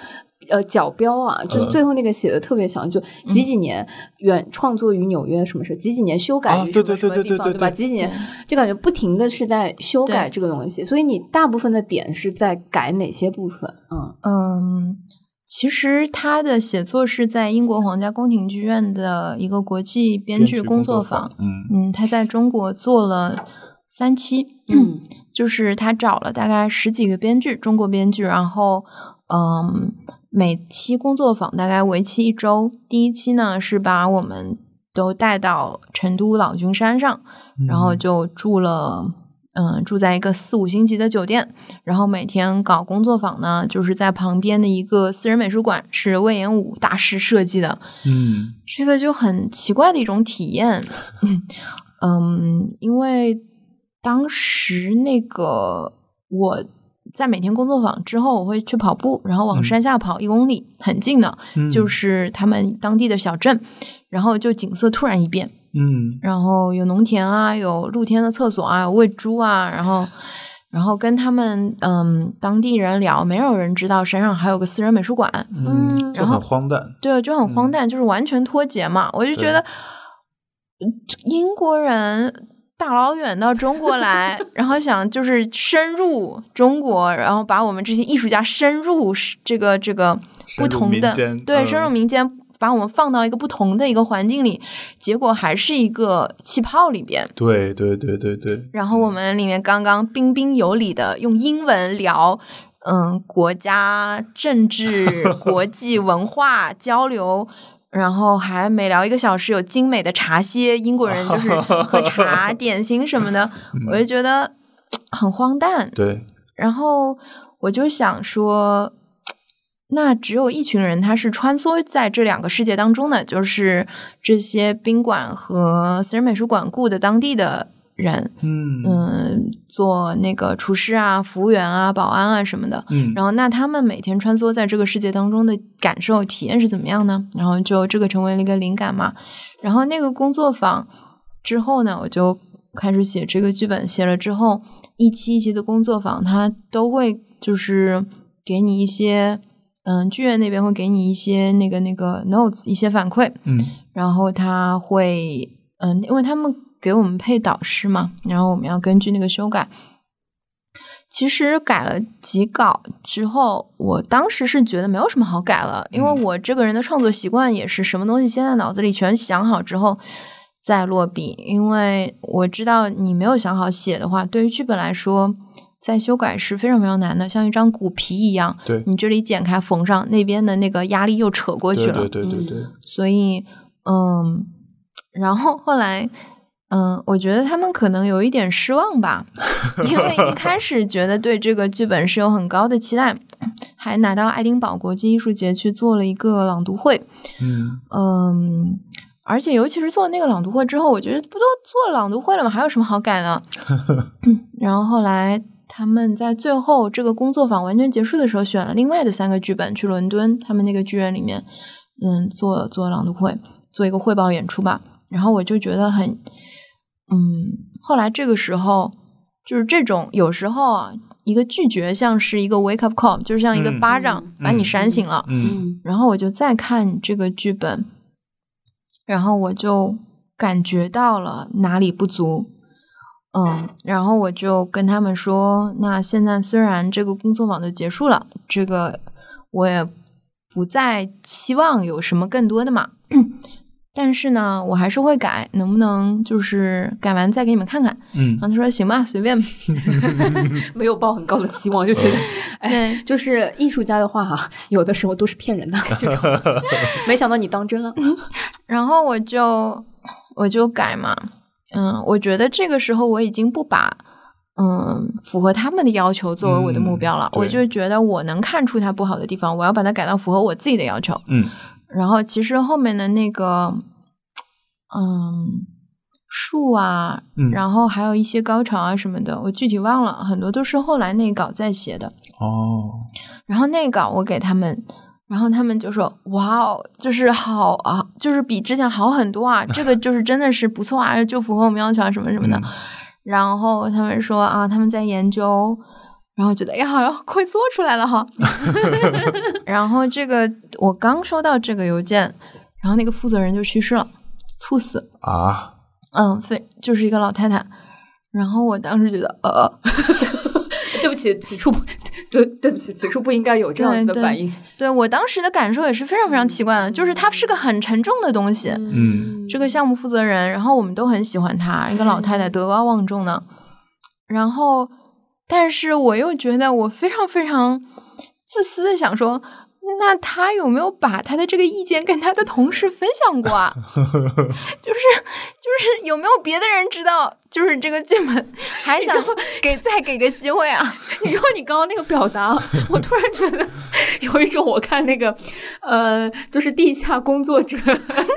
[SPEAKER 2] 呃角标啊，就是
[SPEAKER 3] 嗯
[SPEAKER 2] 最后那个写的特别详细，就几几年原创作于纽约什么事，几几年修改
[SPEAKER 3] 啊
[SPEAKER 2] 于
[SPEAKER 3] 对
[SPEAKER 2] 什么什
[SPEAKER 3] 对
[SPEAKER 2] 么
[SPEAKER 3] 对
[SPEAKER 2] 地
[SPEAKER 3] 对对
[SPEAKER 2] 方，对吧？
[SPEAKER 3] 对
[SPEAKER 2] 几几年就感觉不停的是在修改
[SPEAKER 4] 对
[SPEAKER 2] 这个东西，所以你大部分的点是在改哪些部分？嗯
[SPEAKER 4] 嗯，其实他的写作是在英国皇家宫廷剧院的一个国际编剧工作坊。，
[SPEAKER 3] 嗯
[SPEAKER 4] 嗯，他在中国做了三期，
[SPEAKER 2] 嗯，
[SPEAKER 4] 就是他找了大概十几个编剧，中国编剧，然后嗯，每期工作坊大概为期一周。第一期呢是把我们都带到成都老君山上，嗯然后
[SPEAKER 3] 嗯
[SPEAKER 4] 就住了。嗯，住在一个四五星级的酒店，然后每天搞工作坊呢，就是在旁边的一个私人美术馆，是魏延武大师设计的，
[SPEAKER 3] 嗯
[SPEAKER 4] 这个就很奇怪的一种体验。嗯嗯，因为当时那个我在每天工作坊之后，我会去跑步，然后往山下跑一公里，很近的，
[SPEAKER 3] 嗯
[SPEAKER 4] 就是他们当地的小镇，然后就景色突然一变，
[SPEAKER 3] 嗯
[SPEAKER 4] 然后有农田啊，有露天的厕所啊，有喂猪啊，然后。然后跟他们嗯当地人聊，没有人知道山上还有个私人美术馆，
[SPEAKER 2] 嗯
[SPEAKER 3] 就
[SPEAKER 4] 然后
[SPEAKER 3] 很荒诞。
[SPEAKER 4] 对，就很荒
[SPEAKER 3] 嗯
[SPEAKER 4] 诞，就是完全脱节嘛。我就觉
[SPEAKER 3] 对
[SPEAKER 4] 得，呃这英国人大老远到中国来，然后想就是深入中国，然后把我们这些艺术家深入是这个这个
[SPEAKER 3] 深
[SPEAKER 4] 不
[SPEAKER 3] 入
[SPEAKER 4] 同
[SPEAKER 3] 民
[SPEAKER 4] 的
[SPEAKER 3] 间
[SPEAKER 4] 对深入
[SPEAKER 3] 嗯
[SPEAKER 4] 民间，把我们放到一个不同的一个环境里，结果还是一个气泡里边。
[SPEAKER 3] 对对对对对。
[SPEAKER 4] 然后我们里面刚刚彬彬有礼的用英文聊，嗯，国家政治、国际文化交流。然后还每聊一个小时，有精美的茶歇，英国人就是喝茶、点心什么的，我就觉得很荒诞。
[SPEAKER 3] 对，
[SPEAKER 4] 然后我就想说，那只有一群人他是穿梭在这两个世界当中的，就是这些宾馆和私人美术馆雇的当地的人，
[SPEAKER 3] 嗯
[SPEAKER 4] 嗯，做那个厨师啊、服务员啊、保安啊什么的。
[SPEAKER 3] 嗯
[SPEAKER 4] 然后，那他们每天穿梭在这个世界当中的感受、体验是怎么样呢？然后就这个成为了一个灵感嘛。然后那个工作坊之后呢，我就开始写这个剧本。写了之后，一期一期的工作坊，它都会就是给你一些，嗯，剧院那边会给你一些那个那个 notes 一些反馈，
[SPEAKER 3] 嗯
[SPEAKER 4] 然后他会，嗯，因为他们给我们配导师嘛，然后我们要根据那个修改。其实改了几稿之后，我当时是觉得没有什么好改了，因为
[SPEAKER 3] 嗯
[SPEAKER 4] 我这个人的创作习惯也是什么东西先在脑子里全想好之后再落笔，因为我知道你没有想好写的话，对于剧本来说，在修改是非常非常难的，像一张骨皮一样，
[SPEAKER 3] 对
[SPEAKER 4] 你这里剪开缝上，那边的那个压力又扯嗯过
[SPEAKER 3] 对
[SPEAKER 4] 去了，
[SPEAKER 3] 对对对对，
[SPEAKER 4] 所以，嗯，然后后来，嗯，我觉得他们可能有一点失望吧，因为一开始觉得对这个剧本是有很高的期待，还拿到爱丁堡国际艺术节去做了一个朗读会，
[SPEAKER 3] 嗯
[SPEAKER 4] 嗯。而且，尤其是做那个朗读会之后，我觉得不都做朗读会了吗？还有什么好改的？然后后来他们在最后这个工作坊完全结束的时候，选了另外的三个剧本去伦敦他们那个剧院里面，嗯，做做朗读会，做一个汇报演出吧。然后我就觉得很，嗯，后来这个时候就是这种有时候啊，一个拒绝像是一个 wake up call，就是像一个
[SPEAKER 3] 嗯
[SPEAKER 4] 巴掌、
[SPEAKER 2] 嗯
[SPEAKER 4] 把你扇醒了。
[SPEAKER 3] 嗯
[SPEAKER 2] 嗯
[SPEAKER 4] 然后我就再看这个剧本，然后我就感觉到了哪里不足，嗯，然后我就跟他们说，那现在虽然这个工作坊就结束了，这个我也不再期望有什么更多的嘛，嗯但是呢，我还是会改，能不能就是改完再给你们看看？
[SPEAKER 3] 嗯
[SPEAKER 4] 然后他说行吧，随便吧，
[SPEAKER 2] 没有抱很高的期望，
[SPEAKER 3] 嗯
[SPEAKER 2] 就觉
[SPEAKER 3] 呃
[SPEAKER 2] 得，哎，
[SPEAKER 4] 对
[SPEAKER 2] 就是艺术家的话哈、有的时候都是骗人的， 这种， 没想到你当真了，
[SPEAKER 4] 然后我就我就改嘛，嗯，我觉得这个时候我已经不把嗯符合他们的要求作为我的目标了，
[SPEAKER 3] 嗯对
[SPEAKER 4] 我就觉得我能看出它不好的地方，我要把它改到符合我自己的要求。
[SPEAKER 3] 嗯
[SPEAKER 4] 然后其实后面的那个嗯树啊，
[SPEAKER 3] 嗯，
[SPEAKER 4] 然后还有一些高潮啊什么的，我具体忘了，很多都是后来那稿再写的。
[SPEAKER 3] 哦，
[SPEAKER 4] 然后那稿我给他们，然后他们就说：“哇哦，就是好啊，就是比之前好很多啊，这个就是真的是不错啊，就符合我们要求啊，什么什么的。
[SPEAKER 3] 嗯
[SPEAKER 4] 然后他们说：“啊，他们在研究。”然后觉得哎呀，好像快做出来了哈。然后这个我刚收到这个邮件，然后那个负责人就去世了，猝死。
[SPEAKER 3] 啊，
[SPEAKER 4] 嗯，非就是一个老太太。然后我当时觉得，呃，
[SPEAKER 2] 对不起，此处不对，对不起，此处不应该有这样子的
[SPEAKER 4] 对
[SPEAKER 2] 反应，
[SPEAKER 4] 对我当时的感受也是非常非常奇怪的，就是它是个很沉重的东西。
[SPEAKER 3] 嗯
[SPEAKER 4] 这个项目负责人，然后我们都很喜欢她，一个老太太，德高望重的。然后，但是我又觉得我非常非常自私的想说，那她有没有把她的这个意见跟她的同事分享过啊？就是就是有没有别的人知道就是这个剧本，还想给再给个机会啊！
[SPEAKER 2] 你说你刚刚那个表达， 我突然觉得有一种我看那个，呃，就是地下工作者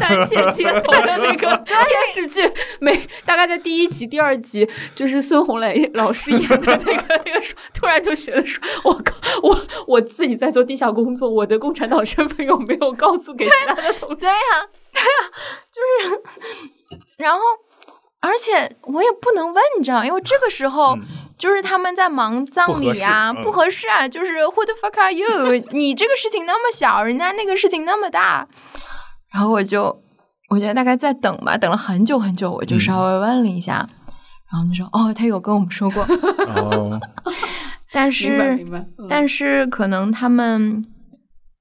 [SPEAKER 2] 单线街头的那个 电视剧，每大概在第一集、第二集，就是孙红雷老师演的那个 那个说，突然就觉得说，我靠，我我自己在做地下工作，我的共产党身份有没有告诉给其他的同
[SPEAKER 4] 对呀、对呀、就是，然后，而且我也不能问，你知道，因为这个时候。就是他们在忙葬礼啊，
[SPEAKER 3] 嗯不合适嗯
[SPEAKER 4] 不合适啊！就是 Who the fuck are you？你这个事情那么小，人家那个事情那么大。然后我就，我觉得大概再等吧，等了很久很久，我就
[SPEAKER 3] 嗯
[SPEAKER 4] 稍微问了一下，然后他说：“哦，他有跟我们说过，
[SPEAKER 3] 哦，
[SPEAKER 4] 但
[SPEAKER 2] 事，明白
[SPEAKER 4] 是
[SPEAKER 2] 明白。嗯
[SPEAKER 4] 但是可能他们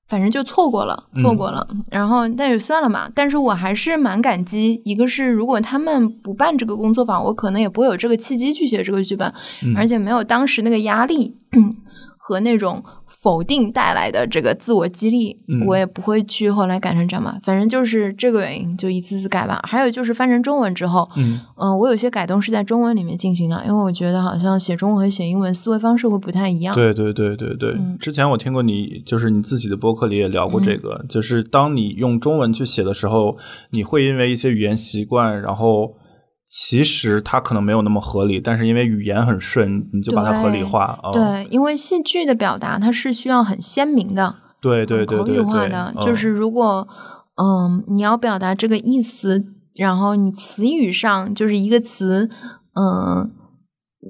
[SPEAKER 4] 反正就错过了，错
[SPEAKER 3] 嗯
[SPEAKER 4] 过了。然后但也算了嘛。但是我还是蛮感激，一个是如果他们不办这个工作坊，我可能也不会有这个契机去写这个剧本，
[SPEAKER 3] 嗯
[SPEAKER 4] 而且没有当时那个压力和那种否定带来的这个自我激励，
[SPEAKER 3] 嗯
[SPEAKER 4] 我也不会去后来改成这样嘛。反正就是这个原因，就一次次改吧。还有就是翻成中文之后，
[SPEAKER 3] 嗯
[SPEAKER 4] 嗯、我有些改动是在中文里面进行的，因为我觉得好像写中文和写英文思维方式会不太一样。
[SPEAKER 3] 对对对对对，
[SPEAKER 4] 嗯
[SPEAKER 3] 之前我听过你就是你自己的播客里也聊过这个，就是当你用中文去写的时候，你会因为一些语言习惯，然后其实它可能没有那么合理，但是因为语言很顺，你就把它合理化。哦、
[SPEAKER 4] 对，因为戏剧的表达它是需要很鲜明的，
[SPEAKER 3] 对对对
[SPEAKER 4] 口
[SPEAKER 3] 对
[SPEAKER 4] 语
[SPEAKER 3] 对，
[SPEAKER 4] 化的，就
[SPEAKER 3] 嗯
[SPEAKER 4] 是如果嗯你要表达这个意思，然后你词语上就是一个词，嗯。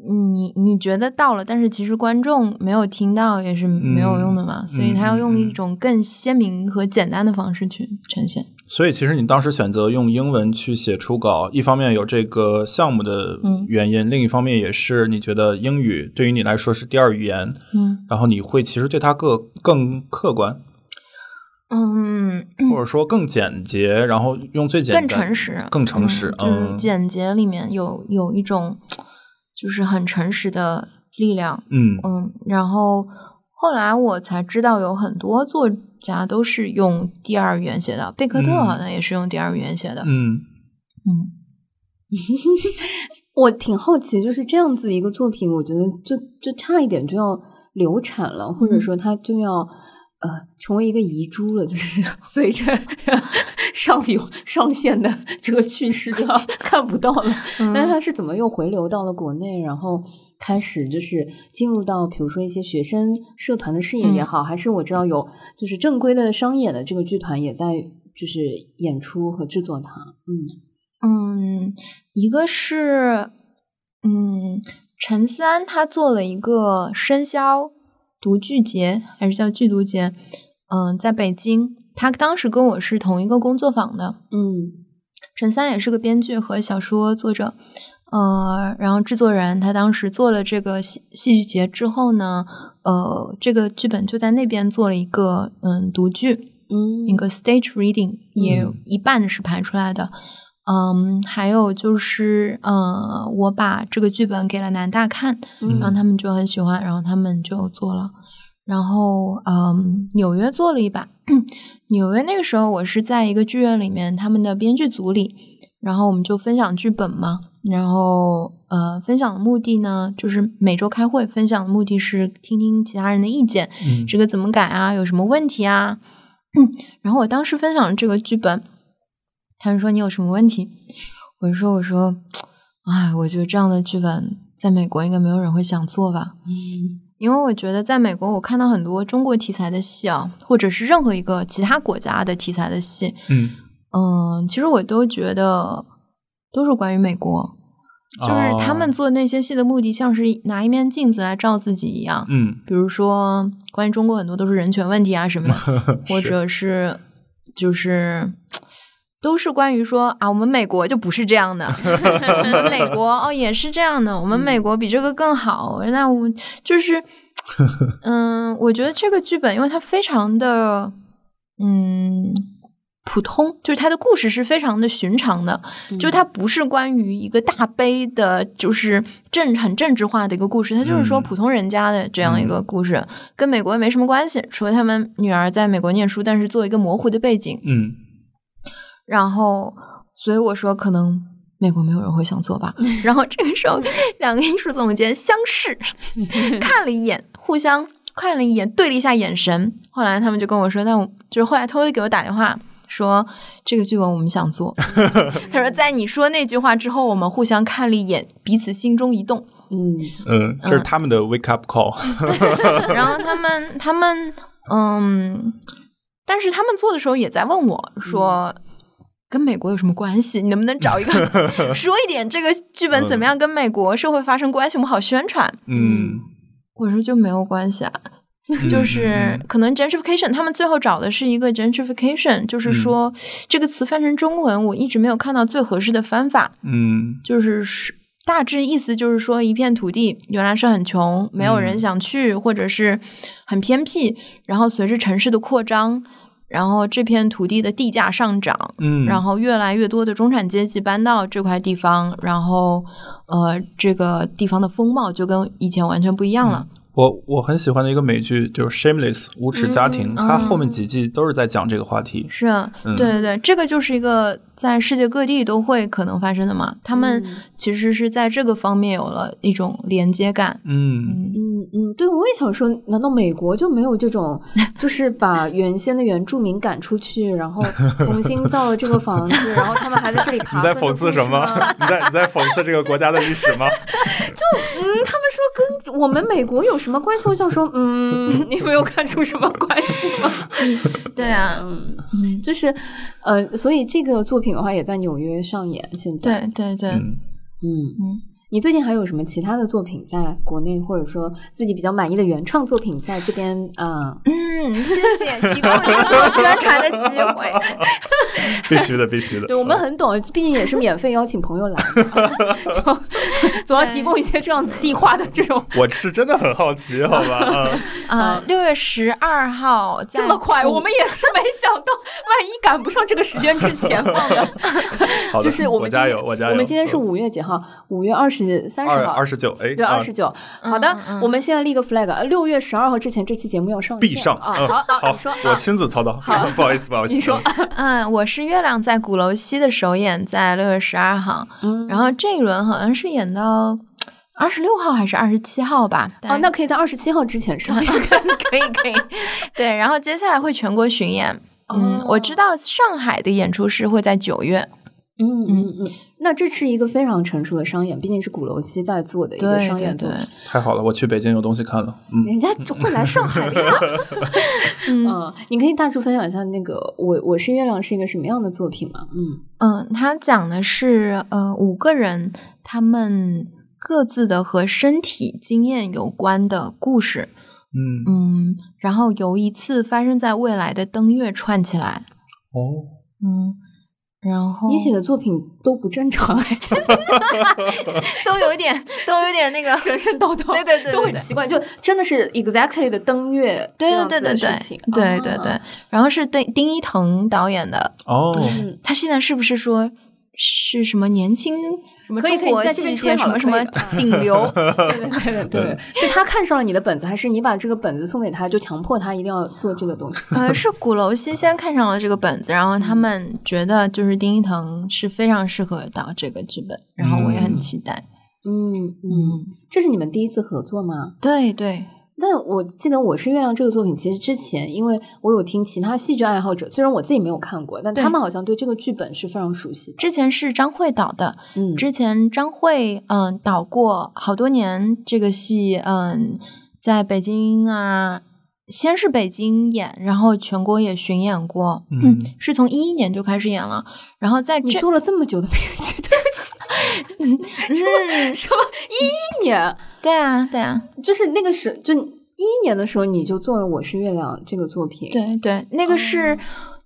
[SPEAKER 4] 你你觉得到了，但是其实观众没有听到也是没有用的嘛，所以他要用
[SPEAKER 3] 嗯嗯
[SPEAKER 4] 一
[SPEAKER 3] 嗯
[SPEAKER 4] 种更鲜明和简单的方式去呈现。
[SPEAKER 3] 所以其实你当时选择用英文去写初稿，一方面有这个项目的
[SPEAKER 4] 嗯
[SPEAKER 3] 原因，另一方面也是你觉得英语对于你来说是第二语言，
[SPEAKER 4] 嗯
[SPEAKER 3] 然后你会其实对它更更客观。
[SPEAKER 4] 嗯，
[SPEAKER 3] 或者说更简洁，然后用最简单、
[SPEAKER 4] 更诚实，
[SPEAKER 3] 更诚实，
[SPEAKER 4] 嗯就
[SPEAKER 3] 嗯
[SPEAKER 4] 是简洁里面有有一种就是很诚实的力量。
[SPEAKER 3] 嗯
[SPEAKER 4] 嗯，然后后来我才知道有很多作家都是用第二语言写的，贝克特
[SPEAKER 3] 嗯
[SPEAKER 4] 好像也是用第二语言写的。
[SPEAKER 3] 嗯
[SPEAKER 4] 嗯
[SPEAKER 2] 我挺好奇，就是这样子一个作品，我觉得就就差一点就要流产了，或
[SPEAKER 4] 嗯
[SPEAKER 2] 者说它就要呃成为一个遗珠了，就是 随着 上游上线的这个叙事就 要看不到了。
[SPEAKER 4] 嗯
[SPEAKER 2] 但是它是怎么又回流到了国内，然后开始就是进入到比如说一些学生社团的视野也
[SPEAKER 4] 嗯
[SPEAKER 2] 好，还是我知道有就是正规的商演的这个剧团也在就是演出和制作它，嗯
[SPEAKER 4] 嗯，一个是嗯，陈三他做了一个生肖读剧节，还是叫剧读节？嗯，在北京，他当时跟我是同一个工作坊的。
[SPEAKER 2] 嗯
[SPEAKER 4] 陈三也是个编剧和小说作者，呃，然后制作人，他当时做了这个戏戏剧节之后呢，呃，这个剧本就在那边做了一个嗯读剧，
[SPEAKER 2] 嗯
[SPEAKER 4] 一个 stage reading，也
[SPEAKER 3] 嗯
[SPEAKER 4] 一半是排出来的。嗯，还有就是，呃，我把这个剧本给了南大看，
[SPEAKER 2] 嗯
[SPEAKER 4] 然后他们就很喜欢，然后他们就做了。然后，嗯，纽约做了一版。 纽约那个时候，我是在一个剧院里面，他们的编剧组里，然后我们就分享剧本嘛。然后，呃，分享的目的呢，就是每周开会，分享的目的是听听其他人的意见，
[SPEAKER 3] 嗯
[SPEAKER 4] 这个怎么改啊？有什么问题啊？然后我当时分享这个剧本，他们说你有什么问题？我就说我说，哎，我觉得这样的剧本在美国应该没有人会想做吧，因为我觉得在美国我看到很多中国题材的戏啊，或者是任何一个其他国家的题材的戏，
[SPEAKER 3] 嗯，
[SPEAKER 4] 嗯，其实我都觉得都是关于美国，就是他们
[SPEAKER 3] 哦
[SPEAKER 4] 做那些戏的目的像是拿一面镜子来照自己一样，
[SPEAKER 3] 嗯，
[SPEAKER 4] 比如说关于中国很多都是人权问题啊什么的， 或
[SPEAKER 3] 是
[SPEAKER 4] 者是就是都是关于说啊，我们美国就不是这样的，我们美国哦也是这样的，我们美国比这个更好。那我就是，嗯，我觉得这个剧本，因为它非常的嗯普通，就是它的故事是非常的寻常的，嗯
[SPEAKER 2] 嗯
[SPEAKER 4] 就它不是关于一个大悲的，就是政很政治化的一个故事，它就是说
[SPEAKER 3] 嗯
[SPEAKER 4] 普通人家的这样一个故事，跟美国也没什么关系，除了他们女儿在美国念书，但是做一个模糊的背景，
[SPEAKER 3] 嗯
[SPEAKER 4] 然后所以我说可能。美国没有人会想做吧？然后这个时候，两个艺术总监相视，看了一眼，互相看了一眼，对了一下眼神。后来他们就跟我说，但我就是后来偷偷给我打电话说，这个剧本我们想做。他说，在你说那句话之后，我们互相看了一眼，彼此心中一动。
[SPEAKER 2] 嗯，
[SPEAKER 3] 嗯，这是他们的 wake up call。
[SPEAKER 4] 然后他们他们嗯，但是他们做的时候也在问我说。跟美国有什么关系？你能不能找一个说一点这个剧本怎么样跟美国社会发生关系，我们好宣传？
[SPEAKER 3] 嗯，
[SPEAKER 4] 我说就没有关系啊，就是可能 gentrification，他们最后找的是一个 gentrification，就是说、这个词翻成中文，我一直没有看到最合适的翻法。
[SPEAKER 3] 嗯
[SPEAKER 4] 就是是大致意思就是说，一片土地原来是很穷，没有
[SPEAKER 3] 嗯
[SPEAKER 4] 人想去，或者是很偏僻，然后随着城市的扩张，然后这片土地的地价上涨。
[SPEAKER 3] 嗯，
[SPEAKER 4] 然后越来越多的中产阶级搬到这块地方，然后，呃，这个地方的风貌就跟以前完全不一样
[SPEAKER 3] 嗯
[SPEAKER 4] 了。
[SPEAKER 3] 我我很喜欢的一个美剧就是《Shameless》无耻家庭，
[SPEAKER 4] 嗯
[SPEAKER 3] 它
[SPEAKER 4] 嗯
[SPEAKER 3] 后面几季都是在讲这个话题。
[SPEAKER 4] 是啊，
[SPEAKER 3] 嗯
[SPEAKER 4] 对对对，这个就是一个在世界各地都会可能发生的嘛。他们
[SPEAKER 2] 嗯
[SPEAKER 4] 其实是在这个方面有了一种连接感。
[SPEAKER 3] 嗯
[SPEAKER 4] 嗯，
[SPEAKER 2] 嗯嗯，对，我也想说，难道美国就没有这种，就是把原先的原住民赶出去，然后重新造了这个房子，然后他们还在这里爬？
[SPEAKER 3] 你在讽刺什么？ 你在你在讽刺这个国家的历史吗？
[SPEAKER 2] 嗯，他们说跟我们美国有什么关系？我想说，嗯， 你没有看出什么关系吗？
[SPEAKER 4] 对啊，
[SPEAKER 2] 嗯，
[SPEAKER 4] 嗯，
[SPEAKER 2] 就是，呃，所以这个作品的话也在纽约上演。现在，
[SPEAKER 4] 对对对，
[SPEAKER 3] 嗯，
[SPEAKER 2] 嗯
[SPEAKER 4] 嗯。
[SPEAKER 2] 你最近还有什么其他的作品在国内，或者说自己比较满意的原创作品在这边？嗯，
[SPEAKER 4] 嗯，谢谢提供了一个做宣传的机会。
[SPEAKER 3] 必须的，必须的。
[SPEAKER 2] 对我们很懂，毕竟也是免费邀请朋友来 的，就总要提供一些这样子地化的这种。
[SPEAKER 3] 嗯我是真的很好奇，好 吧？啊，
[SPEAKER 4] 啊，六月十二号在
[SPEAKER 2] 这么快，
[SPEAKER 3] 嗯
[SPEAKER 4] 浦
[SPEAKER 2] 我们也是没想到，万一赶不上这个时间之前放 的。
[SPEAKER 3] 好
[SPEAKER 2] 就
[SPEAKER 3] 的，
[SPEAKER 2] 是我
[SPEAKER 3] 我
[SPEAKER 2] 们今
[SPEAKER 3] 加
[SPEAKER 2] 天
[SPEAKER 3] 油，我加油。嗯
[SPEAKER 2] 我们今天是五月几号？五月二十三十
[SPEAKER 3] 二
[SPEAKER 2] 号
[SPEAKER 3] 二。十嗯九，哎，
[SPEAKER 2] 对，
[SPEAKER 3] 啊
[SPEAKER 2] 二十九。好的，我们现在立个 flag，呃六月十二号之前这期节目要上线。
[SPEAKER 3] 必上。
[SPEAKER 2] 啊！
[SPEAKER 3] 嗯
[SPEAKER 2] 好，啊你说
[SPEAKER 3] 我
[SPEAKER 2] 啊，
[SPEAKER 3] 亲自操刀。 不好意思，不好意思。
[SPEAKER 2] 你说啊
[SPEAKER 3] 嗯
[SPEAKER 4] 嗯，我是月亮在鼓楼西的首演在六月十二号，
[SPEAKER 2] 嗯
[SPEAKER 4] 然后这一轮好像是演到二十六号还是二十七号吧？
[SPEAKER 2] 哦，
[SPEAKER 4] 大概
[SPEAKER 2] 那可以在二十七号之前 上映。
[SPEAKER 4] 可以可以，对，然后接下来会全国巡演。嗯
[SPEAKER 2] 哦，
[SPEAKER 4] 我知道上海的演出是会在九月，
[SPEAKER 2] 嗯嗯嗯，那这是一个非常成熟的商演，毕竟是鼓楼西在做的一个
[SPEAKER 4] 对
[SPEAKER 2] 商
[SPEAKER 4] 对
[SPEAKER 2] 演作
[SPEAKER 4] 对
[SPEAKER 2] 品，，
[SPEAKER 3] 太好了，我去北京有东西看了。嗯，
[SPEAKER 2] 人家就会来上海的 呀。
[SPEAKER 4] 嗯
[SPEAKER 2] 嗯，你可以大致分享一下那个《我我是月亮》是一个什么样的作品吗？嗯
[SPEAKER 4] 嗯，他讲的是呃五个人他们各自的和身体经验有关的故事，
[SPEAKER 3] 嗯
[SPEAKER 4] 嗯，然后由一次发生在未来的登月串起来，
[SPEAKER 3] 哦，
[SPEAKER 4] 嗯，然后
[SPEAKER 2] 你写的作品都不正常， 哎，真的
[SPEAKER 4] 都有一点，都有点那 个
[SPEAKER 2] 神神叨叨，
[SPEAKER 4] 对对对对
[SPEAKER 2] 都很奇怪，就真的是 exactly 的登月这
[SPEAKER 4] 对
[SPEAKER 2] 样
[SPEAKER 4] 对
[SPEAKER 2] 子
[SPEAKER 4] 对
[SPEAKER 2] 的
[SPEAKER 4] 对
[SPEAKER 2] 事情，
[SPEAKER 4] 对对对
[SPEAKER 2] 啊
[SPEAKER 4] 对。然后是丁丁一腾导演的，
[SPEAKER 3] 哦，
[SPEAKER 2] 嗯，
[SPEAKER 4] 他现在是不是说是什么年轻什么
[SPEAKER 2] 可以
[SPEAKER 4] 中
[SPEAKER 2] 可以
[SPEAKER 4] 国
[SPEAKER 2] 在这边
[SPEAKER 4] 戏
[SPEAKER 2] 吹好
[SPEAKER 4] 界什
[SPEAKER 2] 了
[SPEAKER 4] 么什么
[SPEAKER 2] 可以的
[SPEAKER 4] 顶流？
[SPEAKER 2] 对对对对对，是他看上了你的本子，还是你把这个本子送给他，就强迫他一定要做这个东西？
[SPEAKER 4] 呃，是鼓楼西先看上了这个本子，然
[SPEAKER 2] 嗯
[SPEAKER 4] 后他们觉得就是丁一腾是非常适合导这个剧本，然后我也很
[SPEAKER 3] 嗯
[SPEAKER 4] 期待。
[SPEAKER 2] 嗯嗯，，这是你们第一次合作吗？
[SPEAKER 4] 对对，
[SPEAKER 2] 但我记得《我是月亮》这个作品，其实之前因为我有听其他戏剧爱好者，虽然我自己没有看过，但
[SPEAKER 4] 对
[SPEAKER 2] 他们好像对这个剧本是非常熟悉的。
[SPEAKER 4] 之前是张慧导的，
[SPEAKER 2] 嗯，
[SPEAKER 4] 之前张慧嗯、导过好多年这个戏，嗯、在北京啊，先是北京演，然后全国也巡演过，
[SPEAKER 3] 嗯
[SPEAKER 4] 是从一一年就开始演了，然后在
[SPEAKER 2] 你
[SPEAKER 4] 这
[SPEAKER 2] 做了这么久的编剧， 对不起，
[SPEAKER 4] 嗯，
[SPEAKER 2] 什么一一年，
[SPEAKER 4] 对啊，对啊，
[SPEAKER 2] 就是那个时，就一一年的时候，你就做了《我是月亮》这个作品。，
[SPEAKER 4] 对对，那个
[SPEAKER 2] 哦
[SPEAKER 4] 是。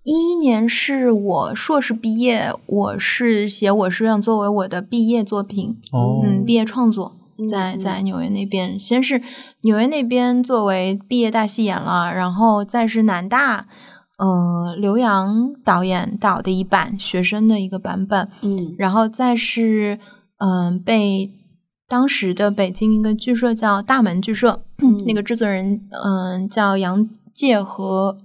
[SPEAKER 4] 一一年是我硕士毕业，我是写我是想作为我的毕业作品，
[SPEAKER 3] 哦
[SPEAKER 4] 嗯，毕业创作
[SPEAKER 2] 嗯
[SPEAKER 4] 在
[SPEAKER 2] 嗯
[SPEAKER 4] 在纽约那边，先是纽约那边作为毕业大戏演了，然后再是南大，呃，刘洋导演导的一版学生的一个版本，
[SPEAKER 2] 嗯
[SPEAKER 4] 然后再是嗯、被当时的北京一个剧社叫大门剧社，
[SPEAKER 2] 嗯
[SPEAKER 4] 那个制作人嗯、叫杨介和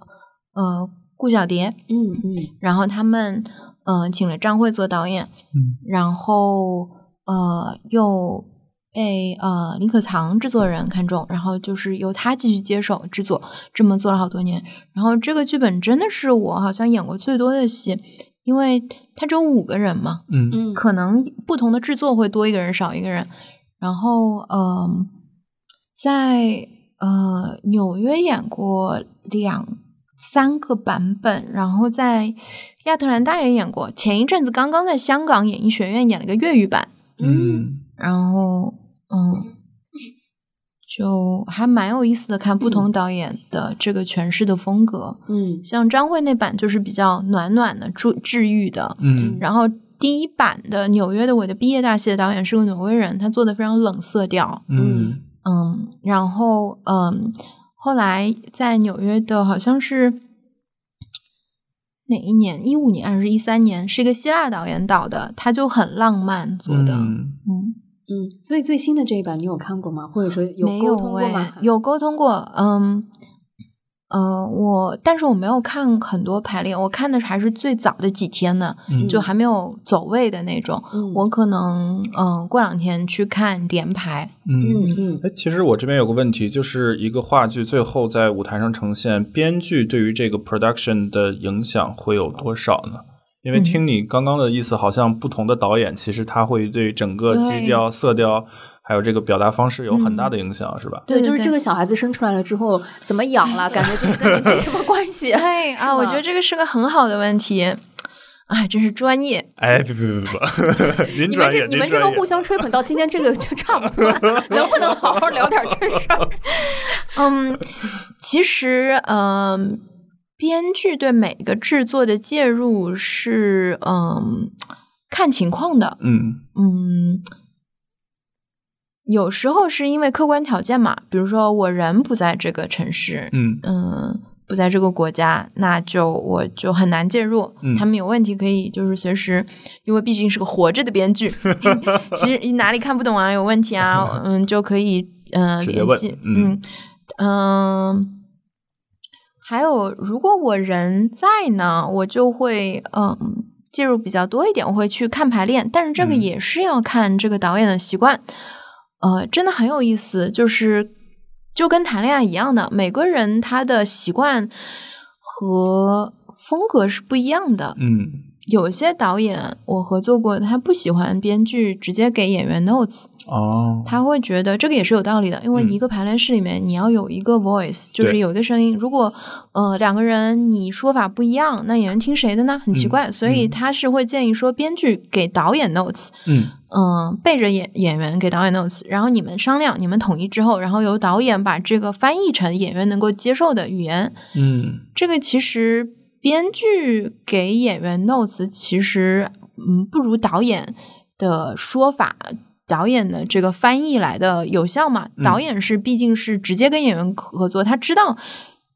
[SPEAKER 4] 呃顾小蝶，
[SPEAKER 2] 嗯嗯
[SPEAKER 4] 然后他们呃，请了张慧做导演，
[SPEAKER 3] 嗯，
[SPEAKER 4] 然后呃又被呃林可藏制作人看中，然后就是由他继续接手制作，这么做了好多年。然后这个剧本真的是我好像演过最多的戏，因为它只有五个人嘛，
[SPEAKER 3] 嗯
[SPEAKER 2] 嗯
[SPEAKER 4] 可能不同的制作会多一个人少一个人。然后嗯、在呃纽约演过两三个版本，然后在亚特兰大也演过。前一阵子刚刚在香港演艺学院演了个粤语版，
[SPEAKER 3] 嗯
[SPEAKER 4] 然后嗯，就还蛮有意思的，看不同导演的这个诠释的风格。
[SPEAKER 2] 嗯
[SPEAKER 4] 像张惠那版就是比较暖暖的、治治愈的，
[SPEAKER 3] 嗯
[SPEAKER 4] 然后第一版的纽约的我的毕业大戏的导演是个挪威人，他做的非常冷色调，
[SPEAKER 3] 嗯
[SPEAKER 4] 嗯，然后嗯，后来在纽约的好像是哪一年？一五年还是一三年？是一个希腊导演导的，他就很浪漫做的，
[SPEAKER 3] 嗯
[SPEAKER 4] 嗯，
[SPEAKER 2] 嗯，所以最新的这一版你有看过吗？或者说有
[SPEAKER 4] 没
[SPEAKER 2] 沟通过
[SPEAKER 4] 哎
[SPEAKER 2] 吗？
[SPEAKER 4] 有沟通过，嗯。呃，我但是我没有看很多排练，我看的还是最早的几天呢，
[SPEAKER 3] 嗯
[SPEAKER 4] 就还没有走位的那种。
[SPEAKER 2] 嗯，
[SPEAKER 4] 我可能嗯、呃过两天去看联排，
[SPEAKER 3] 嗯
[SPEAKER 2] 嗯。嗯
[SPEAKER 3] 哎，其实我这边有个问题，就是一个话剧最后在舞台上呈现，编剧对于这个 production 的影响会有多少呢？因为
[SPEAKER 4] 嗯
[SPEAKER 3] 听你刚刚的意思，好像不同的导演其实他会对整个
[SPEAKER 4] 对嗯
[SPEAKER 3] 基调、色调，还有这个表达方式有很大的影响，是吧？
[SPEAKER 4] 对对
[SPEAKER 2] 就是
[SPEAKER 4] 对
[SPEAKER 2] 这个小孩子生出来了之后怎么养了，感觉就是跟你没什么关 系。
[SPEAKER 4] 对
[SPEAKER 2] 哎是
[SPEAKER 4] 啊，我
[SPEAKER 2] 吗
[SPEAKER 4] 觉得这个是个很好的问题，哎，真是专业。
[SPEAKER 3] 哎，别别别别 别，您
[SPEAKER 2] 你们
[SPEAKER 3] 专业，
[SPEAKER 2] 这你们这个互相吹捧到今天这个就差不多了， 能不能好好聊点这事儿？
[SPEAKER 4] 嗯，其实嗯，编剧对每个制作的介入是嗯看情况的，
[SPEAKER 3] 嗯
[SPEAKER 4] 嗯。有时候是因为客观条件嘛，比如说我人不在这个城市，
[SPEAKER 3] 嗯
[SPEAKER 4] 嗯，不在这个国家，那就我就很难介入。
[SPEAKER 3] 嗯
[SPEAKER 4] 他们有问题可以就是随时，因为毕竟是个活着的 编剧， 其实哪里看不懂啊，有问题啊，嗯，就可以嗯、呃
[SPEAKER 3] 直接
[SPEAKER 4] 联
[SPEAKER 3] 问
[SPEAKER 4] 系，
[SPEAKER 3] 嗯
[SPEAKER 4] 嗯嗯、还有如果我人在呢，我就会嗯。介入比较多一点，我会去看排练，但是这个
[SPEAKER 3] 嗯
[SPEAKER 4] 也是要看这个导演的习惯。呃，真的很有意思，就是就跟谈恋爱一样的，每个人他的习惯和风格是不一样的。
[SPEAKER 3] 嗯，
[SPEAKER 4] 有些导演我合作过，他不喜欢编剧直接给演员 notes，
[SPEAKER 3] 哦，
[SPEAKER 4] 他会觉得这个也是有道理的，因为
[SPEAKER 3] 嗯
[SPEAKER 4] 一个排练室里面你要有一个 voice，、就是
[SPEAKER 3] 对
[SPEAKER 4] 有一个声音。如果呃两个人你说法不一样，那演员听谁的呢？很奇
[SPEAKER 3] 嗯
[SPEAKER 4] 怪，所以
[SPEAKER 3] 嗯
[SPEAKER 4] 他是会建议说编剧给导演 notes，
[SPEAKER 3] 嗯
[SPEAKER 4] 嗯，背着演演员给导演 notes，然后你们商量，你们统一之后，然后由导演把这个翻译成演员能够接受的语言。
[SPEAKER 3] 嗯
[SPEAKER 4] 这个其实编剧给演员 notes，其实嗯不如导演的说法。导演的这个翻译来的有效嘛？
[SPEAKER 3] 嗯
[SPEAKER 4] 导演是毕竟是直接跟演员合作，他知道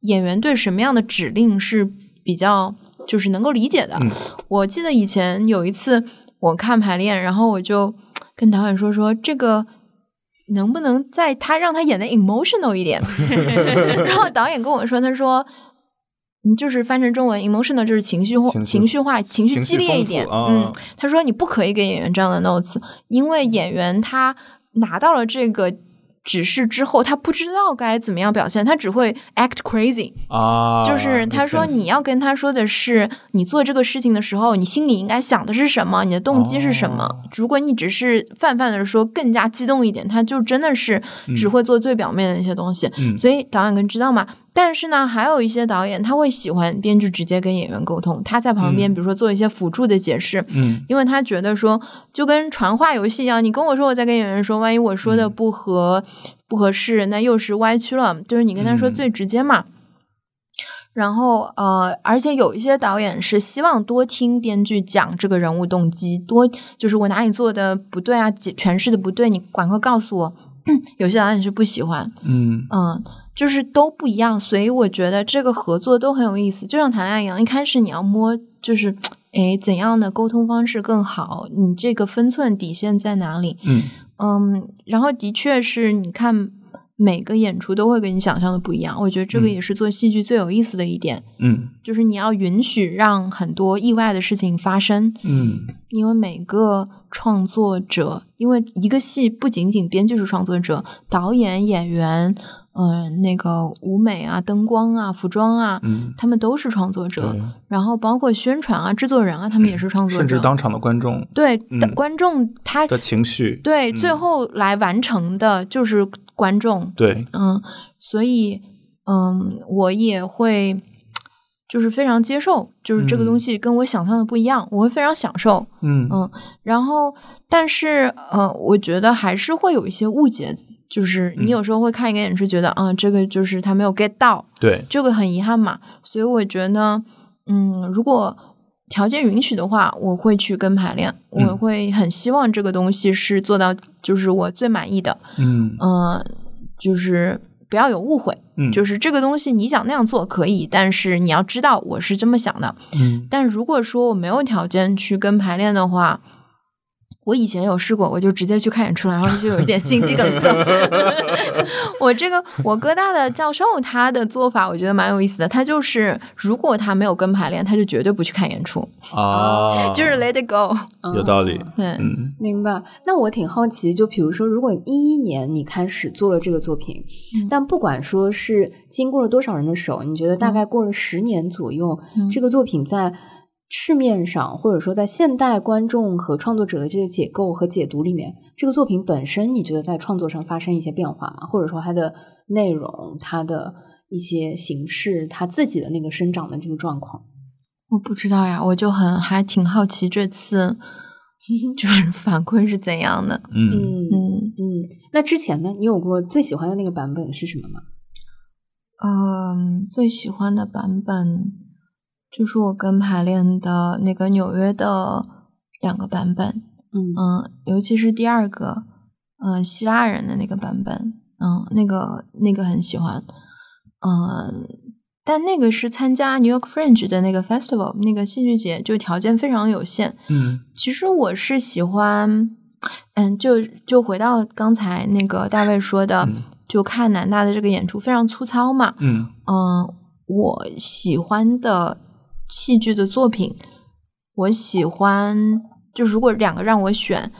[SPEAKER 4] 演员对什么样的指令是比较就是能够理解的。
[SPEAKER 3] 嗯
[SPEAKER 4] 我记得以前有一次我看排练，然后我就跟导演说说这个能不能在他让他演的 emotional 一点，然后导演跟我说，他说。嗯，就是翻成中文，emotional 就是情绪化、
[SPEAKER 3] 情绪
[SPEAKER 4] 情绪化、情绪
[SPEAKER 3] 情
[SPEAKER 4] 激
[SPEAKER 3] 绪
[SPEAKER 4] 烈一
[SPEAKER 3] 丰富
[SPEAKER 4] 点。
[SPEAKER 3] 啊
[SPEAKER 4] 嗯，他说你不可以给演员这样的 notes，因为演员他拿到了这个指示之后，他不知道该怎么样表现，他只会 act crazy。
[SPEAKER 3] 啊，
[SPEAKER 4] 就是他
[SPEAKER 3] make
[SPEAKER 4] 说
[SPEAKER 3] sense
[SPEAKER 4] 你要跟他说的是，你做这个事情的时候，你心里应该想的是什么，你的动机是什么。
[SPEAKER 3] 哦
[SPEAKER 4] 如果你只是泛泛的说，更加激动一点，他就真的是只
[SPEAKER 3] 嗯
[SPEAKER 4] 会做最表面的一些东西。
[SPEAKER 3] 嗯
[SPEAKER 4] 所以导演跟知道嘛。但是呢，还有一些导演他会喜欢编剧直接跟演员沟通，他在旁边
[SPEAKER 3] 嗯
[SPEAKER 4] 比如说做一些辅助的解释。
[SPEAKER 3] 嗯
[SPEAKER 4] 因为他觉得说，就跟传话游戏一样，你跟我说，我再跟演员说，万一我说的
[SPEAKER 3] 嗯
[SPEAKER 4] 不合、不合适，那又是歪曲了。就是你跟他说
[SPEAKER 3] 嗯
[SPEAKER 4] 最直接嘛。然后呃，而且有一些导演是希望多听编剧讲这个人物动机，多就是我哪里做的不对啊，解诠释的不对，你赶快告诉我。 有些导演是不喜欢，
[SPEAKER 3] 嗯
[SPEAKER 4] 嗯，就是都不一样，所以我觉得这个合作都很有意思，就像谈恋爱一样，一开始你要摸，就是诶怎样的沟通方式更好，你这个分寸底线在哪里？
[SPEAKER 3] 嗯
[SPEAKER 4] 嗯，然后的确是你看每个演出都会跟你想象的不一样。我觉得这个
[SPEAKER 3] 嗯
[SPEAKER 4] 也是做戏剧最有意思的一点，
[SPEAKER 3] 嗯
[SPEAKER 4] 就是你要允许让很多意外的事情发生，
[SPEAKER 3] 嗯
[SPEAKER 4] 因为每个创作者，因为一个戏不仅仅编剧是创作者，导演、演员，嗯、那个舞美啊、灯光啊、服装啊，
[SPEAKER 3] 嗯，
[SPEAKER 4] 他们都是创作
[SPEAKER 3] 对，
[SPEAKER 4] 者。然后包括宣传啊、制作人啊，他们也是创作者。
[SPEAKER 3] 甚
[SPEAKER 4] 哎
[SPEAKER 3] 至当场的观众
[SPEAKER 4] 对、
[SPEAKER 3] 嗯
[SPEAKER 4] 但观众他
[SPEAKER 3] 的情绪，
[SPEAKER 4] 对、
[SPEAKER 3] 嗯
[SPEAKER 4] 最后来完成的就是观众，
[SPEAKER 3] 对，
[SPEAKER 4] 嗯，所以嗯，我也会就是非常接受，就是这个
[SPEAKER 3] 嗯
[SPEAKER 4] 东西跟我想象的不一样，我会非常享受。
[SPEAKER 3] 嗯
[SPEAKER 4] 嗯然后，但是呃，我觉得还是会有一些误解，就是
[SPEAKER 3] 嗯
[SPEAKER 4] 你有时候会看一个演出，觉得啊、这个就是他没有 get 到，
[SPEAKER 3] 对，
[SPEAKER 4] 这个很遗憾嘛。所以我觉得，嗯，如果条件允许的话，我会去跟排练，我
[SPEAKER 3] 嗯
[SPEAKER 4] 会很希望这个东西是做到就是我最满意的，
[SPEAKER 3] 嗯
[SPEAKER 4] 嗯、就是不要有误会，
[SPEAKER 3] 嗯，
[SPEAKER 4] 就是这个东西你想那样做可以，但是你要知道我是这么想的，
[SPEAKER 3] 嗯
[SPEAKER 4] 但如果说我没有条件去跟排练的话，我以前有试过，我就直接去看演出了，然后就有一点心肌梗塞。我这个我哥大的教授他的做法，我觉得蛮有意思的。他就是如果他没有跟排练，他就绝对不去看演出，
[SPEAKER 3] 啊，
[SPEAKER 4] 哦就是 let it go。
[SPEAKER 3] 有道理
[SPEAKER 2] 嗯，
[SPEAKER 4] 对，
[SPEAKER 3] 嗯
[SPEAKER 2] 明白。那我挺好奇，就比如说，如果一一年你开始做了这个作品，
[SPEAKER 4] 嗯
[SPEAKER 2] 但不管说是经过了多少人的手，你觉得大概过了十年左右，
[SPEAKER 4] 嗯
[SPEAKER 2] 这个作品在市面上或者说在现代观众和创作者的这个解构和解读里面，这个作品本身你觉得在创作上发生一些变化吗？或者说它的内容、它的一些形式、它自己的那个生长的这个状况？
[SPEAKER 4] 我不知道呀，我就很还挺好奇这次 就是反馈是怎样的。
[SPEAKER 3] 嗯
[SPEAKER 4] 嗯
[SPEAKER 2] 嗯，那之前呢，你有过最喜欢的那个版本是什么吗？
[SPEAKER 4] 嗯，最喜欢的版本就是我跟排练的那个纽约的两个版本，
[SPEAKER 2] 嗯
[SPEAKER 4] 嗯，尤其是第二个，嗯，希腊人的那个版本，嗯，那个那个很喜欢，嗯，但那个是参加 New York Fringe 的那个 festival 那个戏剧节，就条件非常有限。
[SPEAKER 3] 嗯
[SPEAKER 4] 其实我是喜欢，嗯，就就回到刚才那个大卫说的，
[SPEAKER 3] 嗯
[SPEAKER 4] 就看南大的这个演出非常粗糙嘛，
[SPEAKER 3] 嗯
[SPEAKER 4] 嗯，我喜欢的戏剧的作品，我喜欢就如果两个让我选，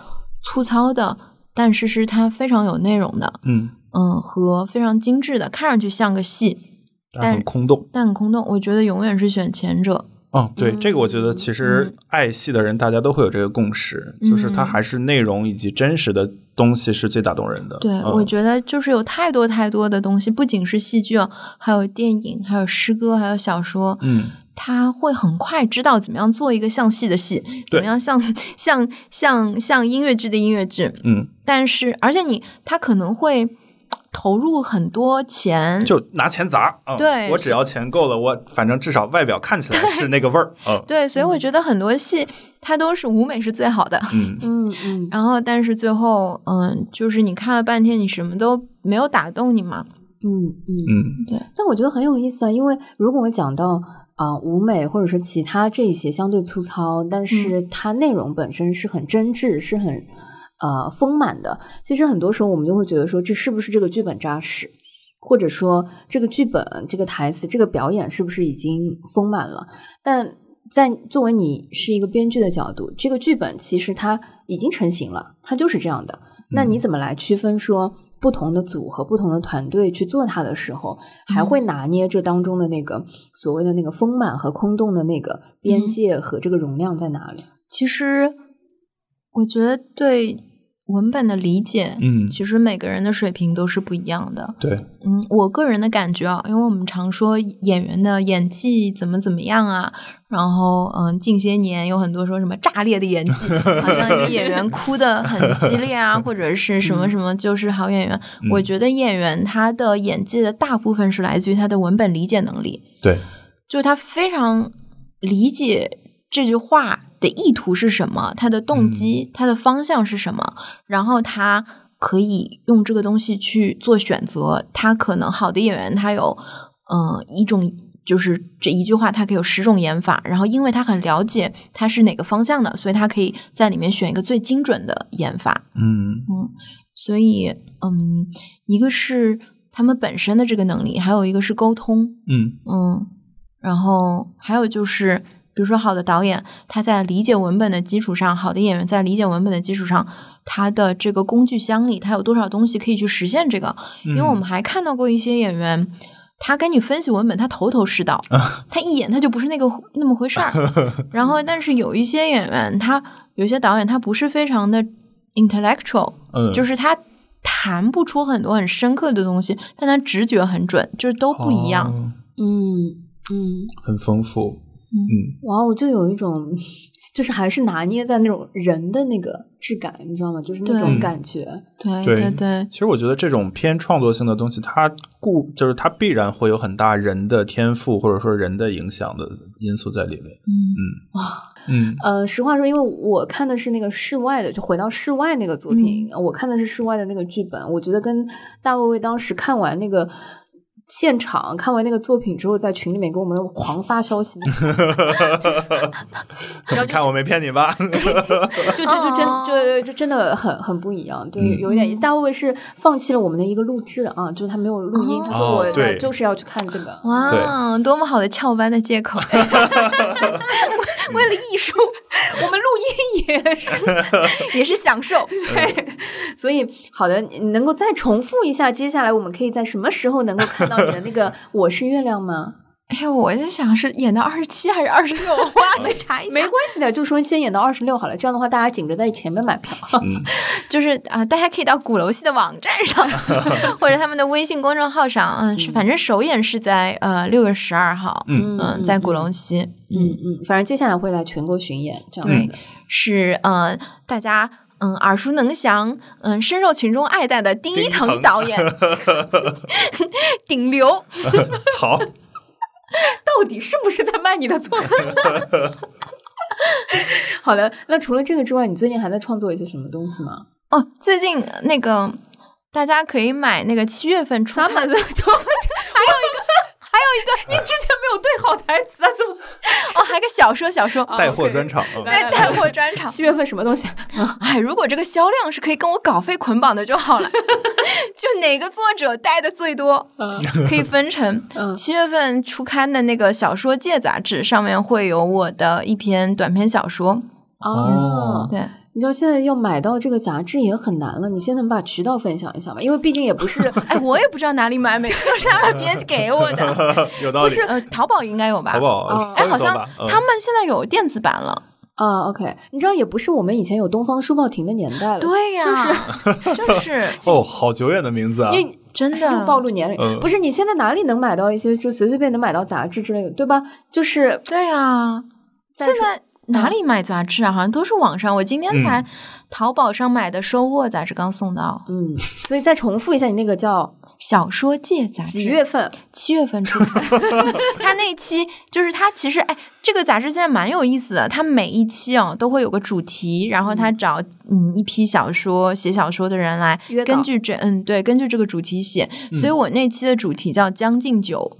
[SPEAKER 4] 粗糙的，但是是它非常有内容的，
[SPEAKER 3] 嗯，
[SPEAKER 4] 嗯，和非常精致的，看上去像个戏，
[SPEAKER 3] 但很空洞。
[SPEAKER 4] 但很空洞。我觉得永远是选前者。
[SPEAKER 3] 嗯，对，这个我觉得
[SPEAKER 2] 嗯
[SPEAKER 3] 其实爱戏的人，大家都会有这个共识，就是它
[SPEAKER 4] 嗯
[SPEAKER 3] 还是内容以及真实的东西是最打动人的。
[SPEAKER 4] 对，
[SPEAKER 3] 嗯
[SPEAKER 4] 我觉得就是有太多太多的东西，不仅是戏剧啊，还有电影，还有诗歌，还有小说，
[SPEAKER 3] 嗯
[SPEAKER 4] 他会很快知道怎么样做一个像戏的戏，
[SPEAKER 3] 对
[SPEAKER 4] 怎么样像像像像音乐剧的音乐剧。
[SPEAKER 3] 嗯，
[SPEAKER 4] 但是，而且你他可能会投入很多钱，
[SPEAKER 3] 就拿钱砸啊！嗯
[SPEAKER 4] 嗯对
[SPEAKER 3] 我只要钱够了，我反正至少外表看起来是那个味儿。嗯
[SPEAKER 4] 对，所以我觉得很多戏它都是舞美是最好的。
[SPEAKER 3] 嗯
[SPEAKER 2] 嗯嗯
[SPEAKER 4] 然后，但是最后，嗯，就是你看了半天，你什么都没有打动你嘛。
[SPEAKER 2] 嗯嗯。
[SPEAKER 3] 嗯
[SPEAKER 2] 但我觉得很有意思啊，因为如果我讲到啊、呃舞美或者说其他这些相对粗糙，但是它内容本身是很真挚，是很呃丰满的。其实很多时候我们就会觉得说，这是不是这个剧本扎实？或者说这个剧本、这个台词、这个表演是不是已经丰满了？但在作为你是一个编剧的角度，这个剧本其实它已经成型了，它就是这样的。那你怎么来区分说不同的组合、不同的团队去做它的时候，还会拿捏这当中的那个所谓的那个丰满和空洞的那个边界和这个容量在哪里？
[SPEAKER 4] 其实，我觉得对文本的理解，
[SPEAKER 3] 嗯，
[SPEAKER 4] 其实每个人的水平都是不一样的。
[SPEAKER 3] 对，
[SPEAKER 4] 嗯，我个人的感觉啊，因为我们常说演员的演技怎么怎么样啊，然后嗯，近些年有很多说什么炸裂的演技，好像一个演员哭的很激烈啊，或者是什么什么就是好演员。我
[SPEAKER 3] 嗯
[SPEAKER 4] 觉得演员他的演技的大部分是来自于他的文本理解能力，
[SPEAKER 3] 对，
[SPEAKER 4] 就是他非常理解这句话的意图是什么，他的动机、他的方向是什么，然后他可以用这个东西去做选择。他可能好的演员，他有嗯、呃一种。就是这一句话，他可以有十种演法，然后因为他很了解他是哪个方向的，所以他可以在里面选一个最精准的演法。
[SPEAKER 3] 嗯
[SPEAKER 4] 嗯，所以，嗯，一个是他们本身的这个能力，还有一个是沟通，
[SPEAKER 3] 嗯
[SPEAKER 4] 嗯，然后还有就是，比如说好的导演，他在理解文本的基础上，好的演员在理解文本的基础上，他的这个工具箱里，他有多少东西可以去实现这个？
[SPEAKER 3] 嗯
[SPEAKER 4] 因为我们还看到过一些演员。他跟你分析文本，他头头是道，他一眼他就不是那个那么回事儿。然后，但是有一些演员，他有一些导演，他不是非常的 intellectual，
[SPEAKER 3] 嗯
[SPEAKER 4] 就是他谈不出很多很深刻的东西，但他直觉很准，就是都不一样。
[SPEAKER 3] 哦
[SPEAKER 2] 嗯嗯，
[SPEAKER 3] 很丰富。
[SPEAKER 4] 嗯
[SPEAKER 3] 嗯，
[SPEAKER 2] 哇，我就有一种，就是还是拿捏在那种人的那个质感，你知道吗？就是那
[SPEAKER 4] 对
[SPEAKER 2] 种
[SPEAKER 3] 嗯
[SPEAKER 2] 感觉。
[SPEAKER 4] 对
[SPEAKER 3] 对
[SPEAKER 4] 对对
[SPEAKER 3] 其实我觉得这种偏创作性的东西，它固就是它必然会有很大人的天赋或者说人的影响的因素在里面。
[SPEAKER 4] 嗯
[SPEAKER 3] 嗯
[SPEAKER 2] 呃，实话说，因为我看的是那个室外的，就回到室外那个作品，我看的是室外的那个剧本。我觉得跟大卫卫当时看完那个现场，看完那个作品之后，在群里面给我们狂发消息，
[SPEAKER 3] 你 看我没骗你吧？
[SPEAKER 4] 嗯
[SPEAKER 2] 就就就真
[SPEAKER 4] 哦
[SPEAKER 2] 就就真的很很不一样，对，
[SPEAKER 3] 嗯
[SPEAKER 2] 有一点。大卫卫是放弃了我们的一个录制啊，就是他没有录音，他说
[SPEAKER 3] 哦
[SPEAKER 2] 我呃
[SPEAKER 3] 对
[SPEAKER 2] 就是要去看这个。
[SPEAKER 4] 哇，多么好的翘班的借 口！哎为嗯为了艺术，
[SPEAKER 2] 我们录音也 是，
[SPEAKER 4] 也是享
[SPEAKER 3] 嗯
[SPEAKER 4] 受。
[SPEAKER 2] 所以好的，你能够再重复一下，接下来我们可以在什么时候能够看到你的那个 《我是月亮》吗？
[SPEAKER 4] 哎呀，我在想是演到二十七还是二十六，我要去查 一下。
[SPEAKER 2] 没关系的，就说先演到二十六好了，这样的话大家紧着在前面买票。
[SPEAKER 3] 嗯，
[SPEAKER 4] 就是啊、大家可以到鼓楼戏的网站 上，或者他们的微信公众号上，嗯，是反正首演是在呃六月十二号，
[SPEAKER 3] 嗯
[SPEAKER 4] 嗯，在鼓楼，西，
[SPEAKER 2] 嗯嗯，反正接下来会来全国巡演这样子的。
[SPEAKER 4] 是嗯、呃大家嗯耳熟能详，嗯、深受群众爱戴的丁一
[SPEAKER 3] 丁一腾
[SPEAKER 4] 腾导 演，顶流，
[SPEAKER 3] 好，
[SPEAKER 4] 嗯
[SPEAKER 2] 到底是不是在卖你的作品？ 好的，那除了这个之外，你最近还在创作一些什么东西吗？
[SPEAKER 4] 哦，最近那个大家可以买那个七月份初
[SPEAKER 2] 咱们
[SPEAKER 4] 刊
[SPEAKER 2] 就还有一个，还有一个，你之前没有对好台词啊？怎么？
[SPEAKER 4] 哦，还有个小说小说，
[SPEAKER 3] 带货专场。嗯
[SPEAKER 2] 来
[SPEAKER 4] 对带货专场。
[SPEAKER 2] 七月份什么东西？
[SPEAKER 4] 哎，如果这个销量是可以跟我稿费捆绑的就好了， 就哪个作者带的最多，
[SPEAKER 2] 嗯
[SPEAKER 4] 可以分 成。
[SPEAKER 2] 嗯
[SPEAKER 4] 七月份出刊的那个《小说界》杂志上面会有我的一篇短篇小说，
[SPEAKER 2] 哦
[SPEAKER 3] 哦，
[SPEAKER 4] 对，
[SPEAKER 2] 你知道现在要买到这个杂志也很难了，你现在能把渠道分享一下吗？因为毕竟也不 是
[SPEAKER 4] 哎，我也不知道哪里买，每次都是他们别人给我的。
[SPEAKER 3] 有道理。
[SPEAKER 4] 呃，淘宝应该有吧？
[SPEAKER 3] 淘宝
[SPEAKER 2] 哦
[SPEAKER 3] 搜
[SPEAKER 4] 哎，
[SPEAKER 3] 一
[SPEAKER 4] 好
[SPEAKER 3] 搜
[SPEAKER 4] 像
[SPEAKER 3] 吧嗯
[SPEAKER 4] 他们现在有电子版了。
[SPEAKER 2] 啊，OK，你知道也不是我们以前有东方书报亭的年代了，
[SPEAKER 4] 对呀、就是就是
[SPEAKER 3] 哦，好久远的名字啊！
[SPEAKER 2] 因为哎
[SPEAKER 4] 真的
[SPEAKER 2] 又暴露年龄，
[SPEAKER 3] 嗯
[SPEAKER 2] 不是你现在哪里能买到一些就随随便能买到杂志之类的，对吧？就是
[SPEAKER 4] 对啊，
[SPEAKER 2] 再
[SPEAKER 4] 现
[SPEAKER 2] 说
[SPEAKER 4] 在哪里买杂志啊？好像都是网上。我今天才淘宝上买的《收获》杂志刚送到，
[SPEAKER 2] 嗯，所以再重复一下，你那个叫
[SPEAKER 4] 《小说界》杂志，
[SPEAKER 2] 几月份？
[SPEAKER 4] 七月份 出刊。它那期就是它其实哎，这个杂志现在蛮有意思的。它每一期哦都会有个主题，然后它找嗯一批小说写小说的人来
[SPEAKER 2] 约稿
[SPEAKER 4] 根据这嗯对根据这个主题写。
[SPEAKER 3] 嗯
[SPEAKER 4] 所以我那期的主题叫《将进酒》。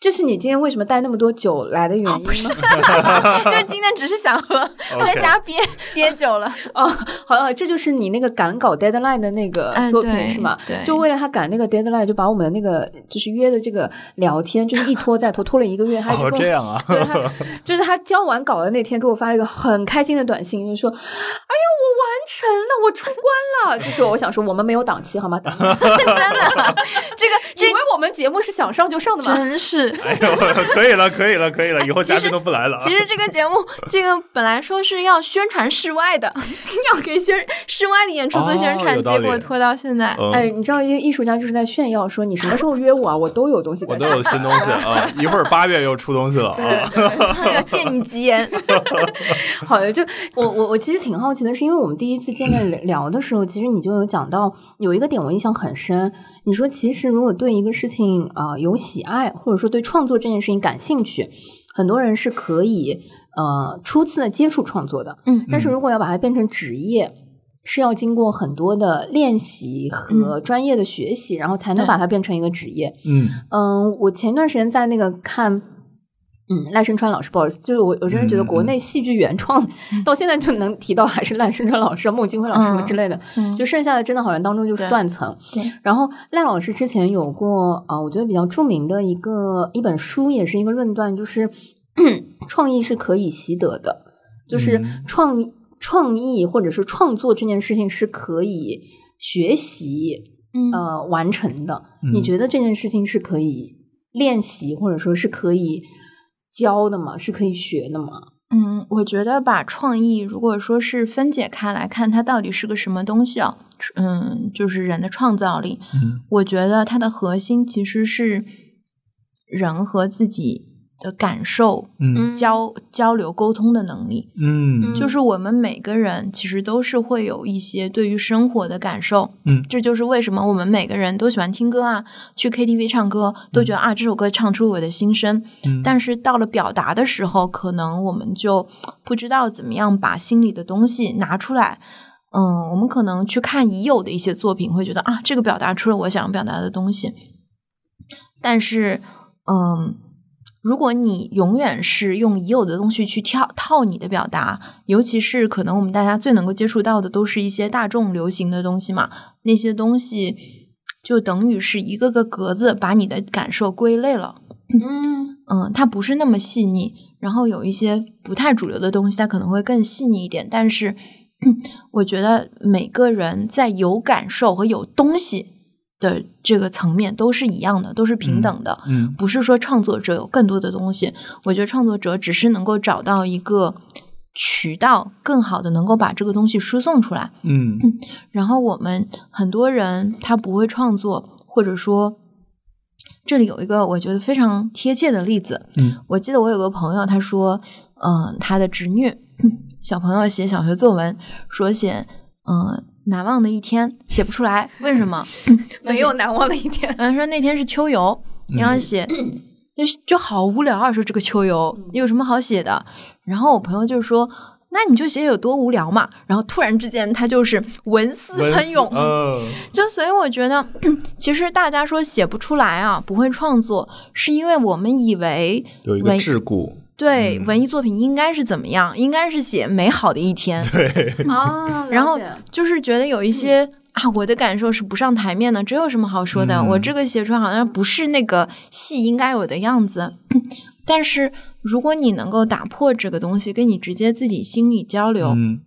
[SPEAKER 2] 这是你今天为什么带那么多酒来的原因吗？
[SPEAKER 4] 就是今天只是想喝，我在
[SPEAKER 3] OK
[SPEAKER 4] 家憋憋酒了。
[SPEAKER 2] 哦，好了，这就是你那个赶稿 deadline 的那个
[SPEAKER 4] 哎
[SPEAKER 2] 作品、
[SPEAKER 4] 对
[SPEAKER 2] 是吗？
[SPEAKER 4] 对
[SPEAKER 2] 就为了他赶那个 deadline，就把我们那个就是约的这个聊天，就是一拖再拖，拖了一个月，他就
[SPEAKER 3] 哦，
[SPEAKER 2] 跟我
[SPEAKER 3] 这样啊，
[SPEAKER 2] 对他，就是他交完稿的那天给我发了一个很开心的短信，就说：“哎呀，我完成了，我出关了。”就是我想说，我们没有档期好吗？ 等一下
[SPEAKER 4] 真的，这个
[SPEAKER 2] 以为我们节目是想上就上的吗？
[SPEAKER 4] 真是。
[SPEAKER 3] 哎呦，可以了，可以了，可以了，以后
[SPEAKER 4] 其实
[SPEAKER 3] 嘉宾都不来了啊。
[SPEAKER 4] 其实这个节目，这个本来说是要宣传室外的， 要给宣室外的演出做宣传，
[SPEAKER 3] 哦有道
[SPEAKER 4] 结
[SPEAKER 3] 理
[SPEAKER 4] 果拖到现在。
[SPEAKER 3] 嗯
[SPEAKER 2] 哎，你知道，因为艺术家就是在炫耀说你什么时候约我啊，我都有东西在
[SPEAKER 3] 我都有新东西啊， 一会儿八月又出东西了啊。
[SPEAKER 4] 哎呀，借你 吉言。
[SPEAKER 2] 好的，就我我我其实挺好奇的是，因为我们第一次见面聊聊的时候，其实你就有讲到有一个点我印象很深，你说其实如果对一个事情啊、呃有喜爱，或者说对创作这件事情感兴趣，很多人是可以呃初次的接触创作的，
[SPEAKER 4] 嗯
[SPEAKER 2] 但是如果要把它变成职业。是要经过很多的练习和专业的学习，然后才能
[SPEAKER 4] 嗯对
[SPEAKER 2] 把它变成一个职业。
[SPEAKER 3] 嗯
[SPEAKER 2] 嗯，我前段时间在那个看，嗯，赖声川老师，不好意思，就是我，我真的
[SPEAKER 4] 嗯
[SPEAKER 2] 觉得国内戏剧原创、 到现在就能提到还是赖声川老师、啊孟京辉老师
[SPEAKER 4] 嗯
[SPEAKER 2] 之类的，
[SPEAKER 4] 嗯
[SPEAKER 2] 就剩下的真的好像当中就是
[SPEAKER 4] 对
[SPEAKER 2] 断层。
[SPEAKER 4] 对
[SPEAKER 2] 然后赖老师之前有过啊、呃我觉得比较著名的一个一本书，也是一个论断，就是 创意是可以习得的，就是
[SPEAKER 3] 嗯
[SPEAKER 2] 创、创意或者是创作这件事情是可以学习
[SPEAKER 4] 嗯
[SPEAKER 2] 呃完成的。你
[SPEAKER 3] 嗯
[SPEAKER 2] 觉得这件事情是可以练习或者说是可以教的吗？是可以学的吗？
[SPEAKER 4] 嗯，我觉得把创意如果说是分解开来看，它到底是个什么东西啊？嗯，就是人的创造力。
[SPEAKER 3] 嗯
[SPEAKER 4] 我觉得它的核心其实是人和自己的感受、
[SPEAKER 3] 嗯
[SPEAKER 4] 交交流、沟通的能力。
[SPEAKER 3] 嗯
[SPEAKER 4] 就是我们每个人其实都是会有一些对于生活的感受，
[SPEAKER 3] 嗯
[SPEAKER 4] 这就是为什么我们每个人都喜欢听歌啊，去 KTV 唱歌，都觉得啊这首歌唱出我的心声，
[SPEAKER 3] 嗯，
[SPEAKER 4] 但是到了表达的时候，可能我们就不知道怎么样把心里的东西拿出来。嗯，我们可能去看已有的一些作品，会觉得啊，这个表达出了我想表达的东西。但是，嗯，如果你永远是用已有的东西去跳套你的表达，尤其是可能我们大家最能够接触到的都是一些大众流行的东西嘛，那些东西就等于是一个个格子把你的感受归类了。
[SPEAKER 2] 嗯
[SPEAKER 4] 嗯，它不是那么细腻，然后有一些不太主流的东西，它可能会更细腻一点。但是， 我觉得每个人在有感受和有东西的这个层面都是一样的，都是平等的，
[SPEAKER 3] 嗯
[SPEAKER 4] 不是说创作者有更多的东西。我觉得创作者只是能够找到一个渠道，更好的能够把这个东西输送出来。
[SPEAKER 3] 嗯
[SPEAKER 4] 然后我们很多人他不会创作，或者说，这里有一个我觉得非常贴切的例子。
[SPEAKER 3] 嗯，
[SPEAKER 4] 我记得我有个朋友，他说，嗯、他的侄女 小朋友写小学作文，说写，嗯、难忘的一天写不出来，为什么？
[SPEAKER 2] 没有难忘的一天。
[SPEAKER 4] 然后说那天是秋游，然后写，就是就好无聊啊！说这个秋游有什么好写的？然后我朋友就说。那你就写有多无聊嘛！然后突然之间，他就是文思啊喷涌，
[SPEAKER 3] 嗯
[SPEAKER 4] 就所以我觉得， 其实大家说写不出来啊，不会创作，是因为我们以为
[SPEAKER 3] 有一个
[SPEAKER 4] 文
[SPEAKER 3] 桎梏，
[SPEAKER 4] 对、
[SPEAKER 3] 嗯
[SPEAKER 4] 文艺作品应该是怎么样，应该是写美好的一天，
[SPEAKER 3] 对，
[SPEAKER 2] 啊，
[SPEAKER 4] 然后
[SPEAKER 2] 了解
[SPEAKER 4] 就是觉得有一些、啊，我的感受是不上台面的，这有什么好说的？
[SPEAKER 3] 嗯
[SPEAKER 4] 我这个写出来好像不是那个戏应该有的样子。 但是如果你能够打破这个东西，跟你直接自己心里交流，
[SPEAKER 3] 嗯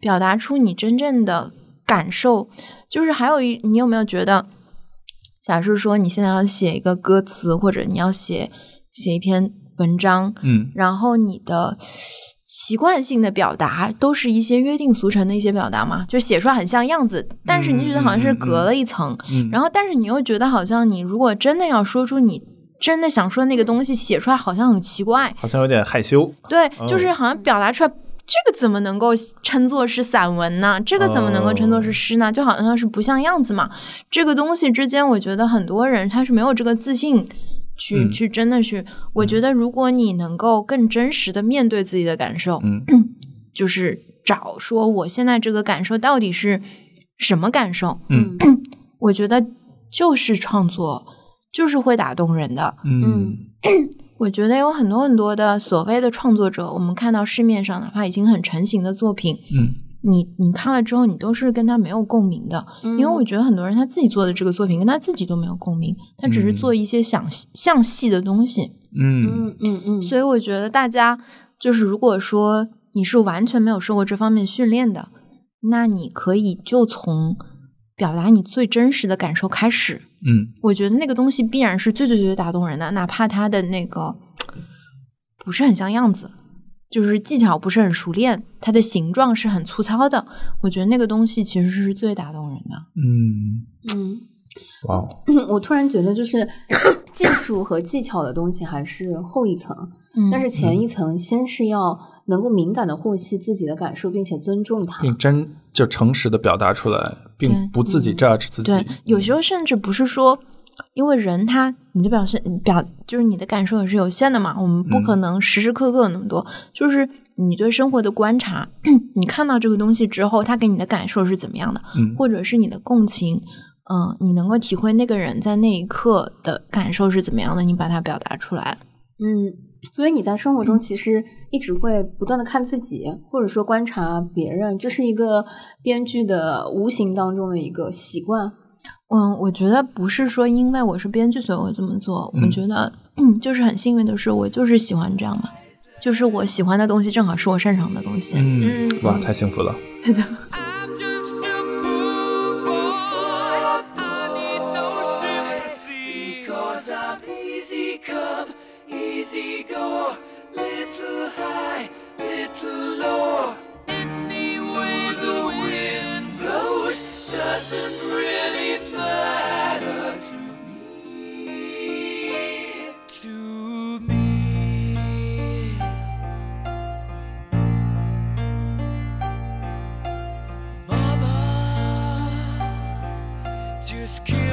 [SPEAKER 4] 表达出你真正的感受。就是还有一，你有没有觉得，假设说你现在要写一个歌词，或者你要写写一篇文章，
[SPEAKER 3] 嗯
[SPEAKER 4] 然后你的习惯性的表达都是一些约定俗成的一些表达嘛，就写出来很像样子，但是你就觉得好像是隔了一层，
[SPEAKER 3] 嗯，
[SPEAKER 4] 然
[SPEAKER 3] 后
[SPEAKER 4] 后但是你又觉得好像你如果真的要说出你。真的想说那个东西写出来好像很奇怪，
[SPEAKER 3] 好像有点害羞，
[SPEAKER 4] 对，
[SPEAKER 3] 哦
[SPEAKER 4] 就是好像表达出来，这个怎么能够称作是散文呢？这个怎么能够称作
[SPEAKER 3] 哦
[SPEAKER 4] 是诗呢？就好像是不像样子嘛。这个东西之间，我觉得很多人他是没有这个自信去、
[SPEAKER 3] 嗯
[SPEAKER 4] 去真的去。我觉得如果你能够更真实的面对自己的感受，
[SPEAKER 3] 嗯
[SPEAKER 4] 就是找说我现在这个感受到底是什么感受，
[SPEAKER 3] 嗯
[SPEAKER 4] 我觉得就是创作，就是会打动人的。
[SPEAKER 3] 嗯
[SPEAKER 4] 我觉得有很多很多的所谓的创作者，我们看到市面上哪怕已经很成型的作品，
[SPEAKER 3] 嗯
[SPEAKER 4] 你你看了之后，你都是跟他没有共鸣的，因为我觉得很多人他自己做的这个作品跟他自己都没有共鸣，他只是
[SPEAKER 3] 嗯
[SPEAKER 4] 做一些想像戏的东西。
[SPEAKER 3] 嗯
[SPEAKER 2] 嗯嗯嗯，
[SPEAKER 4] 所以我觉得大家就是如果说你是完全没有受过这方面训练的，那你可以就从表达你最真实的感受开始。
[SPEAKER 3] 嗯
[SPEAKER 4] 我觉得那个东西必然是最最最打动人的，哪怕他的那个不是很像样子，就是技巧不是很熟练，它的形状是很粗糙的，我觉得那个东西其实是最打动人的。
[SPEAKER 3] 嗯，
[SPEAKER 2] 嗯。
[SPEAKER 3] 哇哦，
[SPEAKER 2] 我突然觉得，就是 技术和技巧的东西还是后一层，
[SPEAKER 4] 嗯
[SPEAKER 2] 但是前一层先是要能够敏感的获悉自己的感受，并且尊重它。
[SPEAKER 3] 并真就诚实的表达出来，并不自己 judge 自己嗯
[SPEAKER 4] 对，，有时候甚至不是说，因为人他你的表现表就是你的感受也是有限的嘛，我们不可
[SPEAKER 3] 嗯
[SPEAKER 4] 能时时刻刻有那么多，就是你对生活的观察， 你看到这个东西之后，它给你的感受是怎么样的，
[SPEAKER 3] 嗯
[SPEAKER 4] 或者是你的共情。嗯，你能够体会那个人在那一刻的感受是怎么样的，你把它表达出来。
[SPEAKER 2] 嗯，所以你在生活中其实一直会不断的看自己，或者说观察别人，这是一个编剧的无形当中的一个习惯。
[SPEAKER 4] 嗯，我觉得不是说因为我是编剧所以我这么做，
[SPEAKER 3] 嗯
[SPEAKER 4] 我觉得嗯就是很幸运的是，我就是喜欢这样嘛，就是我喜欢的东西正好是我擅长的东西。
[SPEAKER 3] 嗯
[SPEAKER 4] 嗯
[SPEAKER 3] 哇，太幸福了。
[SPEAKER 5] I'm just a poor boy. I need no sympathy. Because I'm easy come, easy go. Little high, little low. Any way the wind blows doesn't really matter to me. To me. Mama, just kidding.